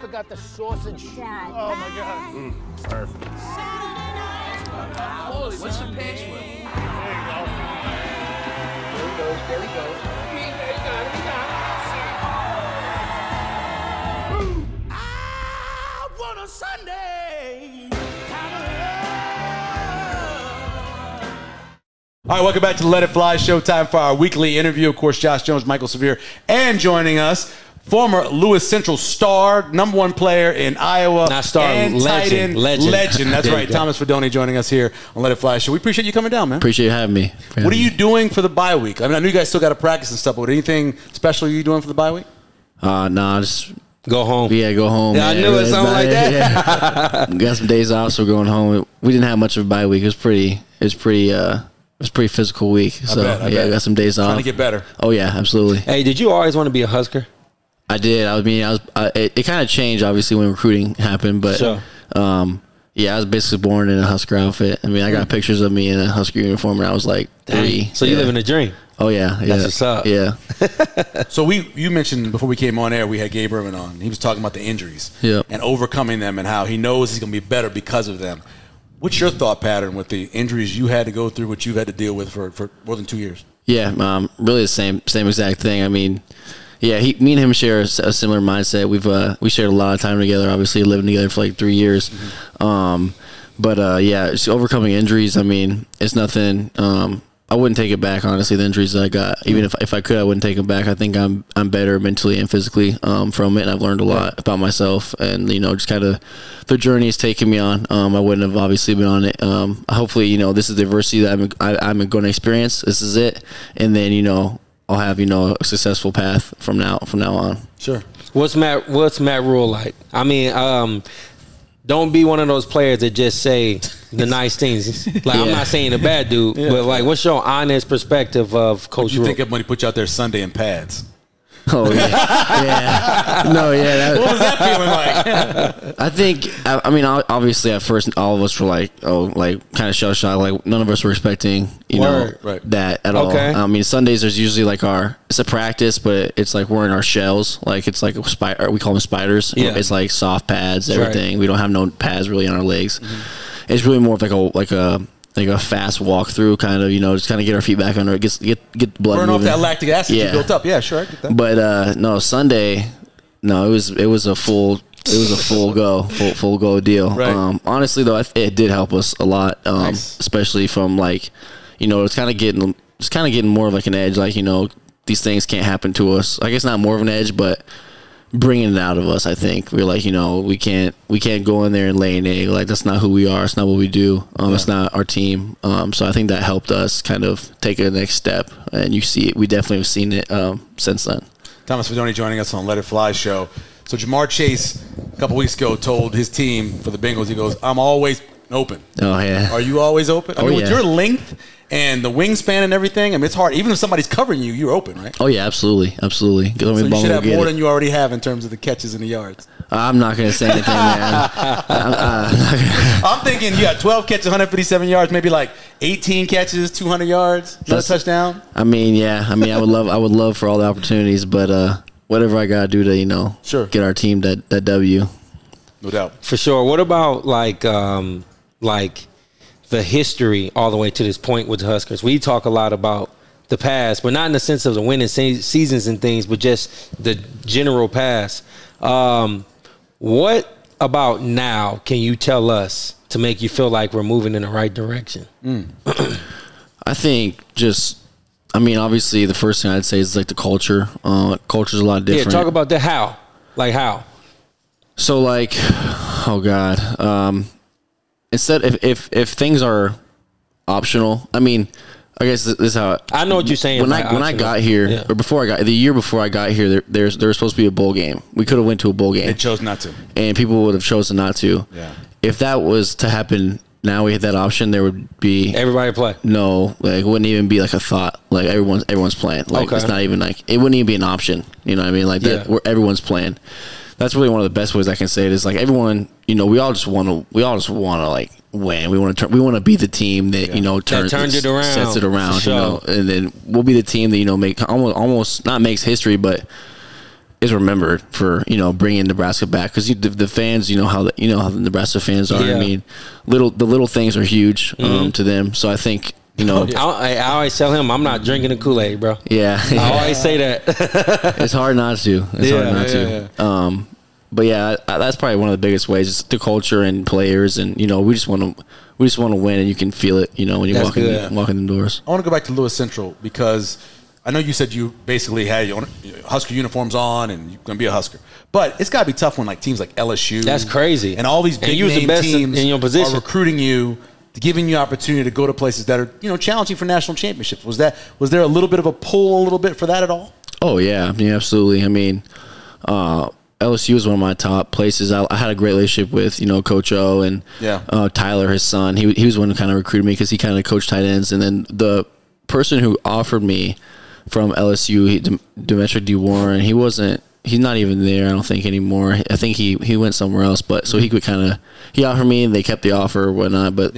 S4: forgot the sausage. Oh my god.
S1: All right, welcome back to the Let It Fly Show. Time for our weekly interview. Of course, Josh Jones, Michael Severe, and joining us, former Lewis Central star, number one player in Iowa.
S2: Not star,
S1: and
S2: legend,
S1: tight end,
S2: legend.
S1: legend. That's
S2: There you
S1: right.
S2: go.
S1: Thomas Fedoni joining us here on Let It Fly Show. We appreciate you coming down, man.
S5: Appreciate you having me.
S1: What are you doing for the bye week? I mean, I know you guys still got to practice and stuff, but anything special you doing for the bye week?
S5: Uh, nah, just
S2: Go home.
S5: yeah, go home.
S2: Yeah, I
S5: man.
S2: knew it, something like that.
S5: Yeah. *laughs* Got some days off, so we're going home. We didn't have much of a bye week. It was pretty. It was pretty. Uh, it was a pretty physical week. So
S1: bet, I
S5: yeah,
S1: bet.
S5: got some days off.
S2: Uh,
S1: Trying to get better.
S5: Oh yeah, absolutely.
S2: Hey, did you always want to be a Husker?
S5: I did. I mean, I was. I, it it kind of changed obviously when recruiting happened, but
S2: Sure.
S5: um, yeah, I was basically born in a Husker outfit. I mean, I got pictures of me in a Husker uniform, and I was like three.
S2: Mm. So you live in a dream.
S5: Oh yeah, yeah.
S2: what's up.
S5: Yeah,
S1: So we, you mentioned before we came on air, we had Gabe Irvin on. He was talking about the injuries
S5: Yep.
S1: and overcoming them, and how he knows he's going to be better because of them. What's your thought pattern with the injuries you had to go through, what you've had to deal with for, for more than two years?
S5: Yeah, um, really the same same exact thing. I mean, yeah, he, me and him share a, s- a similar mindset. We've uh, we shared a lot of time together. Obviously, living together for like three years. Um, but uh, yeah, it's overcoming injuries. I mean, it's nothing. Um, I wouldn't take it back. Honestly, the injuries that I got, even if if I could, I wouldn't take them back. I think I'm I'm better mentally and physically um, from it, and I've learned a lot about myself. And you know, just kind of the journey is taking me on. Um, I wouldn't have obviously been on it. Um, hopefully, you know, this is the adversity that I'm I, I'm going to experience. This is it, and then you know, I'll have you know a successful path from now from now on.
S1: Sure.
S2: What's Matt? What's Matt Rule like? I mean, um, don't be one of those players that just say the nice things. Like I'm
S5: Yeah.
S2: not saying the bad dude, but like, what's your honest perspective of Coach
S1: You
S2: Rule?
S1: think of when he put you out there Sunday in pads.
S5: Oh yeah, *laughs* yeah. no, yeah. that-
S1: What was *laughs* that feeling like?
S5: I think. I, I mean, ob- obviously, at first, all of us were like, "Oh, like kind of shell shocked." Like none of us were expecting, you
S2: Word.
S5: know,
S1: Right.
S5: that at
S2: Okay.
S5: all. I mean, Sundays there's usually like our it's a practice, but it's like we're in our shells. Like it's like a spider. We call them spiders.
S2: Yeah.
S5: It's like soft pads,
S2: Right.
S5: everything. We don't have no pads really on our legs.
S1: Mm-hmm.
S5: It's really more of like a like a. Like a fast walk through, kind of, you know, just kind of get our feet back under it, get get get the
S1: *laughs*
S5: blood
S1: Burn off
S5: moving.
S1: that lactic acid you
S5: Yeah.
S1: built up. Yeah, sure. I get that.
S5: But uh, no, Sunday, no, it was it was a full it was a full go full full go deal.
S1: Right.
S5: Um, honestly though, I th- it did help us a lot, um,
S1: Nice.
S5: especially from like you know it's kind of getting it's kind of getting more of like an edge, like you know these things can't happen to us. I guess not more of an edge, but bringing it out of us. I think we are like, you know, we can't we can't go in there and lay an egg. Like that's not who we are. It's not what we do. Um, It's not our team. Um, so I think that helped us kind of take a next step. And you see it. We definitely have seen it um, since then.
S1: Thomas Fedoni joining us on Let It Fly show. So Jamar Chase a couple weeks ago told his team for the Bengals, he goes, "I'm always open."
S5: Oh yeah.
S1: Are you always open? I
S5: Oh,
S1: mean, with
S5: yeah.
S1: your length and the wingspan and everything, I mean, it's hard. Even if somebody's covering you, you're open, right?
S5: Oh yeah, absolutely, absolutely. Give
S1: So
S5: me the
S1: you
S5: ball,
S1: should
S5: we'll
S1: have
S5: get
S1: more
S5: it.
S1: than you already have in terms of the catches and the yards.
S5: I'm not gonna say anything, man.
S1: I'm thinking you got 12 catches, 157 yards, maybe like 18 catches, 200 yards, another
S5: That's-
S1: touchdown.
S5: I mean, yeah. I mean, I would love, I would love for all the opportunities, but uh, whatever I gotta do to, you know,
S1: Sure.
S5: get our team that that W.
S1: No doubt.
S2: for sure. What about like um like the history all the way to this point with the Huskers? We talk a lot about the past, but not in the sense of the winning se- seasons and things, but just the general past. Um, what about now? Can you tell us to make you feel like we're moving in the right direction?
S5: I think just, I mean, obviously, the first thing I'd say is like the culture. Uh, culture's a lot different.
S2: Yeah, talk about the how. Like how?
S5: So like, oh god. Um, instead, if if if things are optional, I mean, I guess this is how
S2: I know what you're saying.
S5: When
S2: by
S5: I when I
S2: optional.
S5: got here,
S2: Yeah.
S5: or before I got the year before I got here, there there's there was supposed to be a bowl game. We could have went to a bowl game
S1: They chose not to.
S5: and people would have chosen not to.
S1: Yeah.
S5: If that was to happen, now we had that option. There would be
S2: everybody play.
S5: no, like it wouldn't even be like a thought. Like everyone's everyone's playing. Like
S2: Okay.
S5: it's not even like it wouldn't even be an option. You know what I mean? Like that,
S2: Yeah.
S5: where everyone's playing. That's really one of the best ways I can say it is like everyone. You know, we all just want to. We all just want to like win. We want to turn. We want to be the team that you know turns
S2: turns it around,
S5: sets it around.
S2: for
S5: You know,
S2: sure.
S5: and then we'll be the team that you know make almost almost not makes history, but is remembered for you know bringing Nebraska back because the, the fans you know how the, you know how the Nebraska fans are.
S2: Yeah.
S5: I mean, little the little things are huge
S2: Mm-hmm.
S5: um, to them. So I think
S2: *laughs*
S5: you know, yeah,
S2: I, I always tell him I'm not drinking the Kool Aid, bro. I always say that.
S5: *laughs* it's hard not to. It's
S2: *laughs* Yeah.
S5: hard not
S1: Yeah,
S5: to.
S1: yeah,
S5: Um, but yeah, I, that's probably one of the biggest ways. It's the culture and players, and you know, we just want to we just want to win, and you can feel it. You know, when you
S2: That's
S5: walk in,
S2: good.
S5: walk in the doors.
S1: I want to go back to Lewis Central because I know you said you basically had your own- your Husker uniforms on and you're going to be a Husker. But it's got to be tough when like teams like LSU.
S2: That's crazy.
S1: And all these
S2: And
S1: big
S2: you was the
S1: name
S2: best in-
S1: teams
S2: in your position.
S1: are recruiting you, giving you opportunity to go to places that are, you know, challenging for national championships. Was that was there a little bit of a pull a little bit for that at all?
S5: Oh yeah, yeah, absolutely. I mean, uh, LSU was one of my top places. I, I had a great relationship with you know Coach O and
S1: Yeah.
S5: uh, Tyler, his son. He he was the one who kind of recruited me because he kind of coached tight ends. And then the person who offered me from LSU, he, Dem- Demetric D Warren, he wasn't. He's not even there, I don't think anymore. I think he, he went somewhere else, but so he could kind of he offered me, and they kept the offer, or whatnot. But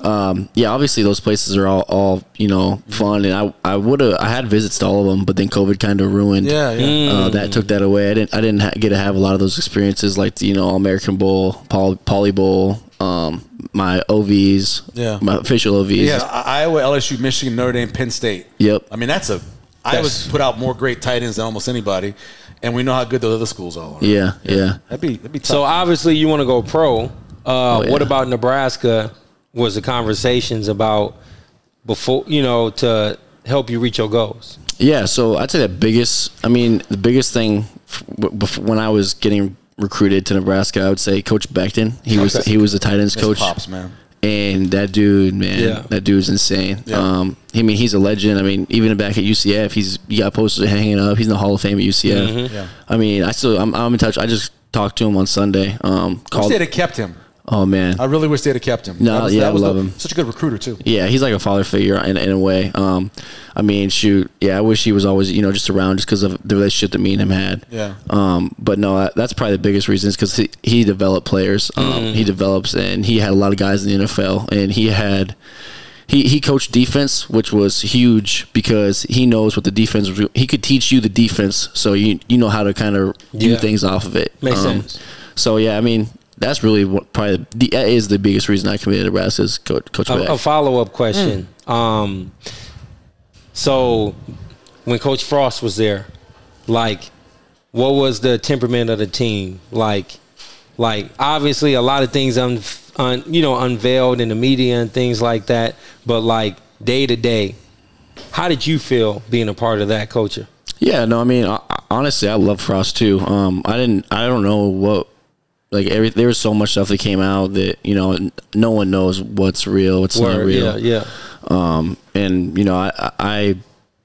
S5: um, yeah, obviously those places are all, all you know
S1: Mm-hmm.
S5: fun, and I I would have I had visits to all of them, but then COVID kind of ruined
S1: Yeah, yeah.
S5: uh, that took that away. I didn't I didn't ha- get to have a lot of those experiences like the, you know American Bowl, Poly, Poly Bowl, um, my OVs,
S1: Yeah.
S5: my official OVs.
S1: Yeah, I- Iowa, LSU, Michigan, Notre Dame, Penn State.
S5: Yep.
S1: I mean, that's a Iowa's put out more great tight ends than almost anybody, and we know how good those other schools all are.
S5: yeah, yeah.
S1: That'd be that'd be tough.
S2: so obviously you want to go pro. Uh,
S5: yeah.
S2: What about Nebraska? Was the conversations about before you know to help you reach your goals?
S5: Yeah, so I'd say the biggest. I mean, the biggest thing f- w- bef- when I was getting recruited to Nebraska, I would say Coach Beckton. He was
S1: Okay.
S5: he was the tight ends
S1: Miss
S5: coach.
S1: Pops, man.
S5: And that dude, man,
S2: Yeah.
S5: that dude's insane.
S1: Yeah.
S5: Um, I mean, he's a legend. I mean, even back at UCF, he's he got posted hanging up. He's in the Hall of Fame at UCF.
S1: Yeah.
S5: I mean, I still I'm, I'm in touch. I just talked to him on Sunday. Um,
S1: I wish
S5: called.
S1: they'd have kept him.
S5: Oh man,
S1: I really wish they'd have kept him.
S5: No, yeah, I love
S1: the-
S5: him.
S1: Such a good recruiter too.
S5: yeah, he's like a father figure in, in a way. Um, I mean, shoot, yeah, I wish he was always you know just around just because of the relationship that me and him had.
S1: Yeah.
S5: Um, but no, that- that's probably the biggest reason is because he, he developed players. Um,
S2: Mm-hmm.
S5: he develops and he had a lot of guys in the NFL and he had. He, he coached defense, which was huge because he knows what the defense. was- He could teach you the defense, so you you know how to kind of do
S2: Yeah.
S5: things off of it. Um,
S2: Makes sense.
S5: So yeah, I mean that's really what probably the, that is the biggest reason I committed to Nebraska is Coach Coach Beck.
S2: A, follow up question. Um, so when Coach Frost was there, like, what was the temperament of the team? Like, like obviously a lot of things un, un you know unveiled in the media and things like that. But like day to day, how did you feel being a part of that culture?
S5: Yeah, no, I mean, I, I- honestly, I love Frost too. Um, I didn't. I don't know what. Like every, there was so much stuff that came out that you know, n- no one knows what's real, what's not
S2: Word,
S5: real.
S2: yeah, yeah.
S5: Um, and you know, I, I- I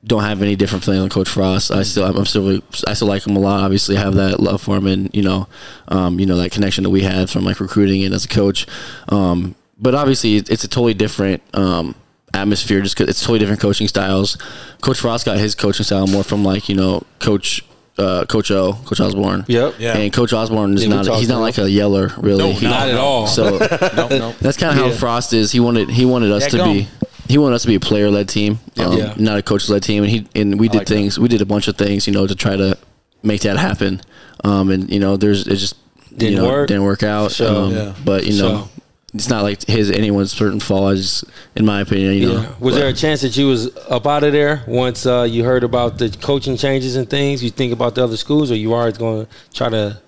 S5: don't have any different feeling on Coach Frost. I still, I'm still, really- I still like him a lot. Obviously, have that love for him, and you know, um, you know that connection that we had from like recruiting and as a coach. Um, but obviously, it- it's a totally different um, atmosphere. Just 'cause it's totally different coaching styles. Coach Frost got his coaching style more from like you know, Coach. Uh, Coach O, Coach Osborne.
S2: Yep.
S1: Yeah.
S5: And Coach Osborne is
S2: Yeah, we
S5: not.
S2: talked
S5: He's not
S2: about
S5: like a yeller, really.
S1: No,
S5: He-
S1: not
S2: at all. *laughs*
S5: So that's kind of
S2: Yeah.
S5: how Frost is. He wanted he wanted us
S1: Yeah,
S5: to
S1: go.
S5: be he wanted us to be a player led team, um,
S2: Yeah.
S5: not a coach led team. And he and we did
S1: like that.
S5: things. We did a bunch of things, you know, to try to make that happen. Um, and you know, there's it just
S2: Didn't
S5: you know,
S2: work.
S5: Didn't work out.
S2: Sure.
S5: Um,
S2: Yeah.
S5: But you know,
S2: Sure.
S5: it's not like his anyone's certain fault. I just, in my opinion, you know.
S2: Yeah. Was there a chance that you was up out of there once uh, you heard about the coaching changes and things? You think about the other schools, or you are going to try to,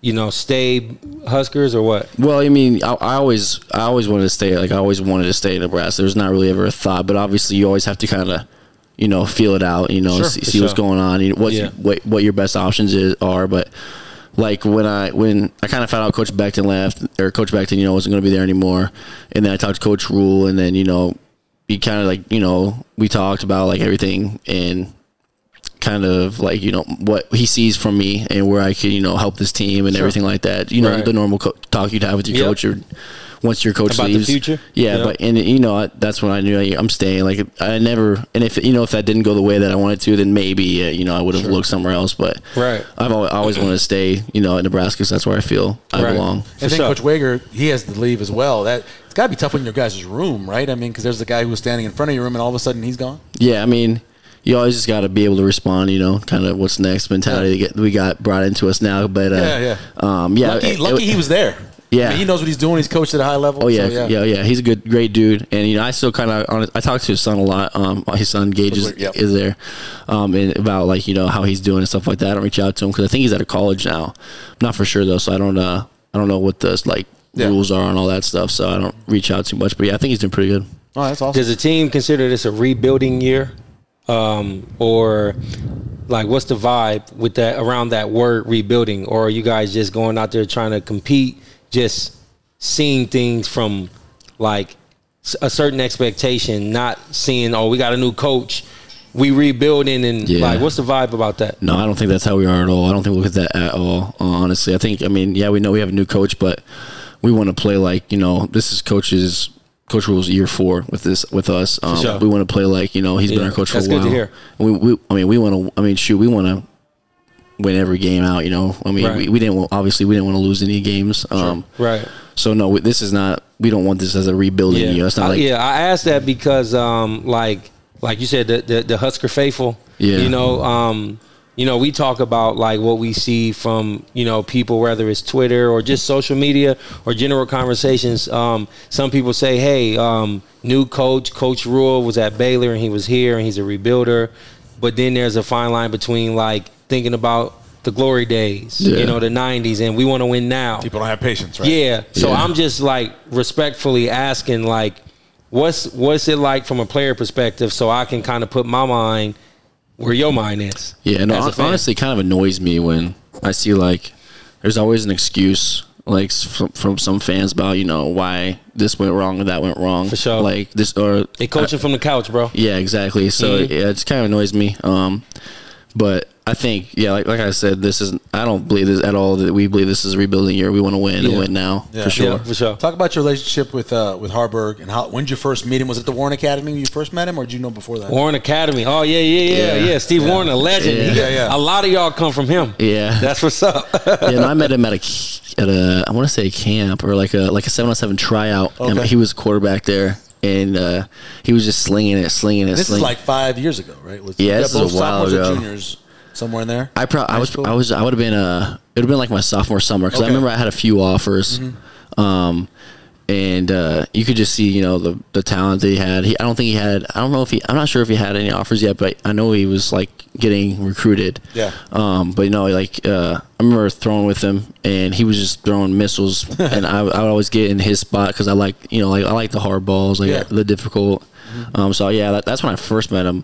S2: you know, stay Huskers or what?
S5: Well, I mean, I, I always, I always wanted to stay. Like I always wanted to stay in Nebraska. There's not really ever a thought, but obviously, you always have to kind of, you know, feel it out. You know,
S2: Sure,
S5: see,
S2: for
S5: see what's
S2: sure.
S5: going on. You know, what,
S2: Yeah.
S5: what what your best options is, are. But like when I when I kind of found out Coach Beckton left or Coach Beckton, you know, wasn't going to be there anymore, and then I talked to Coach Rule, and then you know, he kind of like you know we talked about like everything and kind of like you know what he sees from me and where I can you know help this team and everything like that. You know
S2: Right.
S5: the normal co- talk you'd have with your
S2: Yep.
S5: coach or once your coach
S2: About the
S5: leaves.
S2: future?
S5: Yeah,
S2: Yep.
S5: but and you know I, that's when I knew I, I'm staying. Like I never and if you know if that didn't go the way that I wanted to, then maybe uh, you know I would have looked somewhere else. But
S2: Right.
S5: I've always, always wanted to stay. You know at Nebraska, 'cause that's where I feel I
S2: Right.
S5: belong.
S1: And then
S2: sure.
S1: Coach Wager, he has to leave as well. That it's got to be tough in your guys' room, right? I mean, because there's the guy who was standing in front of your room, and all of a sudden he's gone.
S5: Yeah, I mean, you always just got to be able to respond. You know, kind of what's next mentality that get, we got brought into us now. But uh,
S1: Yeah, yeah.
S5: um, yeah.
S1: lucky,
S5: it-
S1: lucky
S5: it-
S1: he was there.
S5: Yeah.
S1: I mean, he knows what he's doing. He's coached at a high level.
S5: Oh yeah,
S1: so,
S5: yeah, yeah, He's a good, great dude, and you know, I still kind of, I talk to his son a lot. Um, his son Gage is,
S1: Wait, yep.
S5: is there, um, and about like you know how he's doing and stuff like that. I don't reach out to him because I think he's out of college now. I'm not for sure though, so I don't, uh, I don't know what the like
S1: Yeah.
S5: rules are and all that stuff. So I don't reach out too much, but yeah, I think he's doing pretty good.
S1: Oh, that's awesome.
S2: Does the team consider this a rebuilding year, um, or like what's the vibe with that around that word rebuilding? Or are you guys just going out there trying to compete, just seeing things from like s- a certain expectation, not seeing oh we got a new coach, we rebuilding and
S5: Yeah.
S2: like what's the vibe about that?
S5: No, I don't think that's how we are at all. I don't think we look at that at all. uh, Honestly, I think I mean, yeah, we know we have a new coach, but we want to play like you know, this is coach's coach rules year four with this with us. Um,
S2: sure.
S5: We want to play like you know he's been
S2: Yeah,
S5: our coach for
S2: that's
S5: a
S2: good
S5: while.
S2: to hear.
S5: We, we, I mean, we want to. I mean, shoot, we want to win every game out. You know, I mean,
S2: Right.
S5: we, we didn't wa- obviously we didn't want to lose any games. Um,
S2: Right.
S5: So no, we- this is not. We don't want this as a rebuilding. You know, it's not
S2: I-
S5: like
S2: yeah, I asked that because um like like you said the the, the Husker faithful.
S5: Yeah.
S2: You know, um you know, we talk about like what we see from, you know, people whether it's Twitter or just social media or general conversations. Um some people say, "Hey, um new coach, coach Rule was at Baylor and he was here and he's a rebuilder." But then there's a fine line between like thinking about the glory days,
S5: Yeah.
S2: you know, the 90s and we want to win now.
S1: People don't have patience, right?
S2: Yeah. So
S5: Yeah.
S2: I'm just like respectfully asking, like, what's what's it like from a player perspective, so I can kind of put my mind where your mind is.
S5: Yeah, and
S2: as a
S5: hon-
S2: fan.
S5: honestly, it kind of annoys me when I see like there's always an excuse like s- from, from some fans about you know why this went wrong or that went wrong.
S2: For sure.
S5: like this or
S2: They coaching from the couch, bro.
S5: yeah, exactly. So
S2: Mhm.
S5: yeah, it just kind of annoys me. Um, but I think yeah, like like I said, this is I don't believe this at all. That we believe this is a rebuilding year. We want to win
S2: Yeah.
S5: and win now
S1: Yeah.
S5: for sure.
S2: Yeah, for sure.
S1: Talk about your relationship with uh, with Harburg and how. When's your first meeting? Was it the Warren Academy when you first met him, or did you know before that?
S2: Warren Academy. Oh yeah, yeah, yeah,
S5: Yeah.
S2: yeah. Steve Warren, a legend.
S5: Yeah.
S2: He-
S1: Yeah, yeah.
S2: A lot of y'all come from him.
S5: Yeah.
S2: That's what's up.
S5: *laughs* yeah, and I met him at a at a I want to say a camp or like a like a seven on seven tryout, and
S1: Okay.
S5: he was quarterback there, and uh, he was just slinging it, slinging it,
S1: This is
S5: slinging.
S1: like five years ago, right? Was
S5: Yeah,
S1: you
S5: this
S1: got
S5: is a
S1: both
S5: while
S1: sophomores or
S5: ago.
S1: Juniors, somewhere in there.
S5: I pro- I was
S1: school?
S5: I was I would have been uh it would have been like my sophomore summer because
S1: Okay. Mm-hmm.
S5: I remember I had a few offers, um, and uh, you could just see you know the the talent that he had. He I don't think he had I don't know if he I'm not sure if he had any offers yet, but I know he was like getting recruited.
S1: Yeah.
S5: Um, but you know like uh, I remember throwing with him and he was just
S1: *laughs*
S5: throwing missiles and I, I would always get in his spot because I like you know like I like the hard balls like
S1: Yeah.
S5: the
S1: Mm-hmm.
S5: difficult. Um, so yeah, that, that's when I first met him.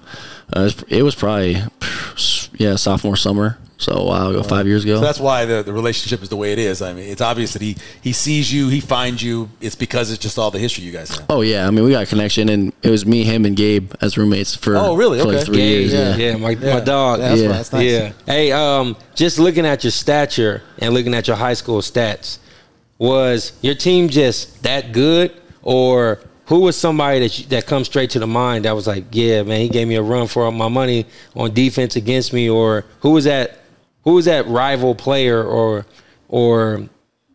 S5: Uh, it, was, it was probably yeah sophomore summer. So a while ago, five years ago.
S1: So that's why the, the relationship is the way it is. I mean, it's obvious that he he sees you, he finds you. It's because it's just all the history you guys have.
S5: oh yeah, I mean we got a connection, and it was me, him, and Gabe as roommates for
S1: Oh, really?
S5: for
S1: Okay.
S5: like three
S1: Yeah,
S5: years.
S2: yeah,
S5: Yeah.
S2: yeah, my, my dog.
S1: Yeah, that's
S2: yeah,
S1: right, that's nice.
S2: yeah. Hey, um, just looking at your stature and looking at your high school stats, was your team just that good, or who was somebody that you, that comes straight to the mind that was like, yeah, man, he gave me a run for all my money on defense against me, or who was that? Who was that rival player, or or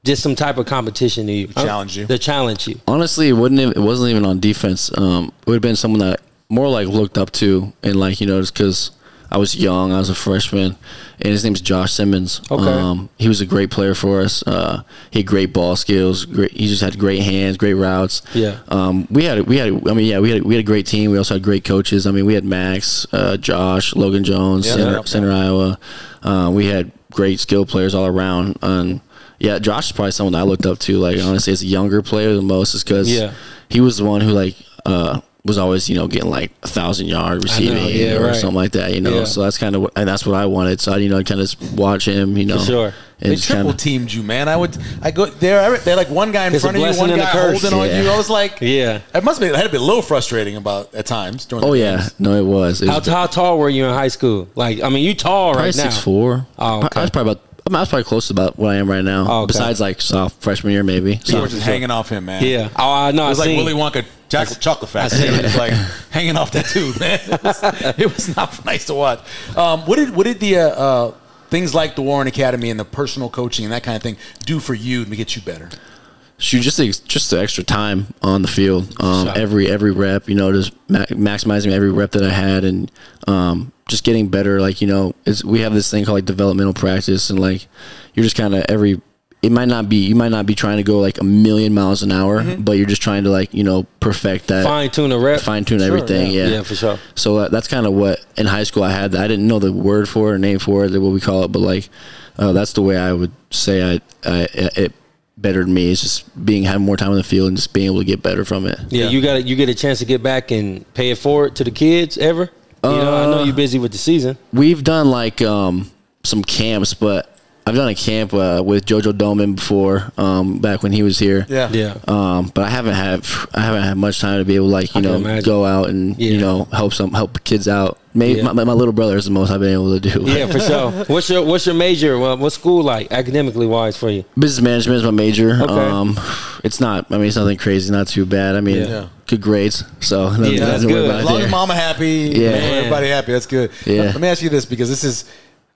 S2: just some type of competition to you? Huh?
S1: challenged you.
S2: That challenged you.
S5: Honestly, it wouldn't. Have, it wasn't even on defense. Um, it would have been someone that more like looked up to, and like you know, just because I was young, I was a freshman, and his name's Josh Simmons.
S2: Okay.
S5: Um, he was a great player for us. Uh, he had great ball skills. Great, he just had great hands, great routes.
S2: Yeah.
S5: Um, we had we had I mean yeah we had we had a great team. We also had great coaches. I mean we had Max, uh, Josh, Logan Jones, center,
S1: yeah.
S5: center Iowa. Uh, we had great skill players all around. And yeah, Josh is probably someone I looked up to. Like honestly, as a younger player than most, is because
S2: Yeah.
S5: he was the one who like uh, was always you know getting like a thousand yard receiving
S2: yeah,
S5: or
S2: right.
S5: something like that. You know,
S2: Yeah.
S5: so that's kind of what, and that's what I wanted. So I you know kind of watch him. You know,
S2: sure.
S5: And
S1: they
S5: just
S1: triple
S5: kinda-
S1: teamed you, man. I would, I go there. They're like one guy in
S2: It's a
S1: front of you,
S2: blessing
S1: one
S2: and a
S1: guy
S2: curse.
S1: holding on
S5: Yeah.
S1: you. I was like,
S2: Yeah.
S1: It must be. It had to be a little frustrating about at times during.
S5: Oh
S1: the
S5: yeah,
S1: games.
S5: no, it was. It
S2: How,
S5: was
S2: how tall were you in high school? Like, I mean, you tall
S5: probably
S2: right now.
S5: six four.
S2: Oh, okay.
S5: I was probably about. I, mean, I was probably close to about what I am right now.
S2: Oh, okay.
S5: Besides like soft freshman year, maybe.
S1: you
S5: So-
S1: were just hanging off him, man.
S2: Yeah. Oh, I know.
S1: It was
S2: I
S1: like
S2: seen.
S1: Willy Wonka chocolate, chocolate factory. It was just
S2: *laughs*
S1: like hanging off that tube, man. *laughs* It was, it was not *laughs* nice to watch. Um, what did what did the uh, uh, things like the Warren Academy and the personal coaching and that kind of thing do for you to get you better?
S5: shoot just the, just the extra time on the field um, every every rep you know just ma- maximizing every rep that i had and um, just getting better like you know it's, we have this thing called like developmental practice and like you're just kind of every it might not be you might not be trying to go like a million miles an hour but you're just trying to like you know perfect that
S2: Fine tune a Mm-hmm. rep.
S5: fine tune everything
S2: yeah.
S5: yeah.
S2: Yeah, for sure.
S5: so that, that's kind of what in high school i had that i didn't know the word for it or name for it what we call it but like uh, that's the way i would say i, I it bettered me it's just being having more time on the field and just being able to get better from it
S2: Yeah, you got you get a chance to get back and pay it forward to the kids ever. You know, I know you're busy with the season.
S5: we've done like um, some camps, but I've done a camp uh, with Jojo Doman before, um, back when he was here.
S1: Yeah.
S2: Yeah.
S5: Um, but I haven't had I haven't had much time to be able to like you
S2: I can
S5: know
S2: imagine.
S5: go out and
S2: Yeah.
S5: you know help some help kids out. Maybe
S2: Yeah.
S5: my, my, my little brother is the most I've been able to do.
S2: Yeah,
S5: *laughs*
S2: for sure. What's your What's your major? Well, what's school like academically wise for you?
S5: Business management is my major.
S2: Okay.
S5: Um, it's not. I mean, it's nothing crazy. Not too bad. I mean,
S2: Yeah. Yeah.
S5: good grades. So *laughs* nothing,
S2: Yeah, that's
S5: nothing to worry
S2: good.
S5: about
S1: As long
S5: there.
S1: as mama happy,
S5: Yeah.
S1: man, everybody happy. That's good.
S5: Yeah.
S1: Let me ask you this because this is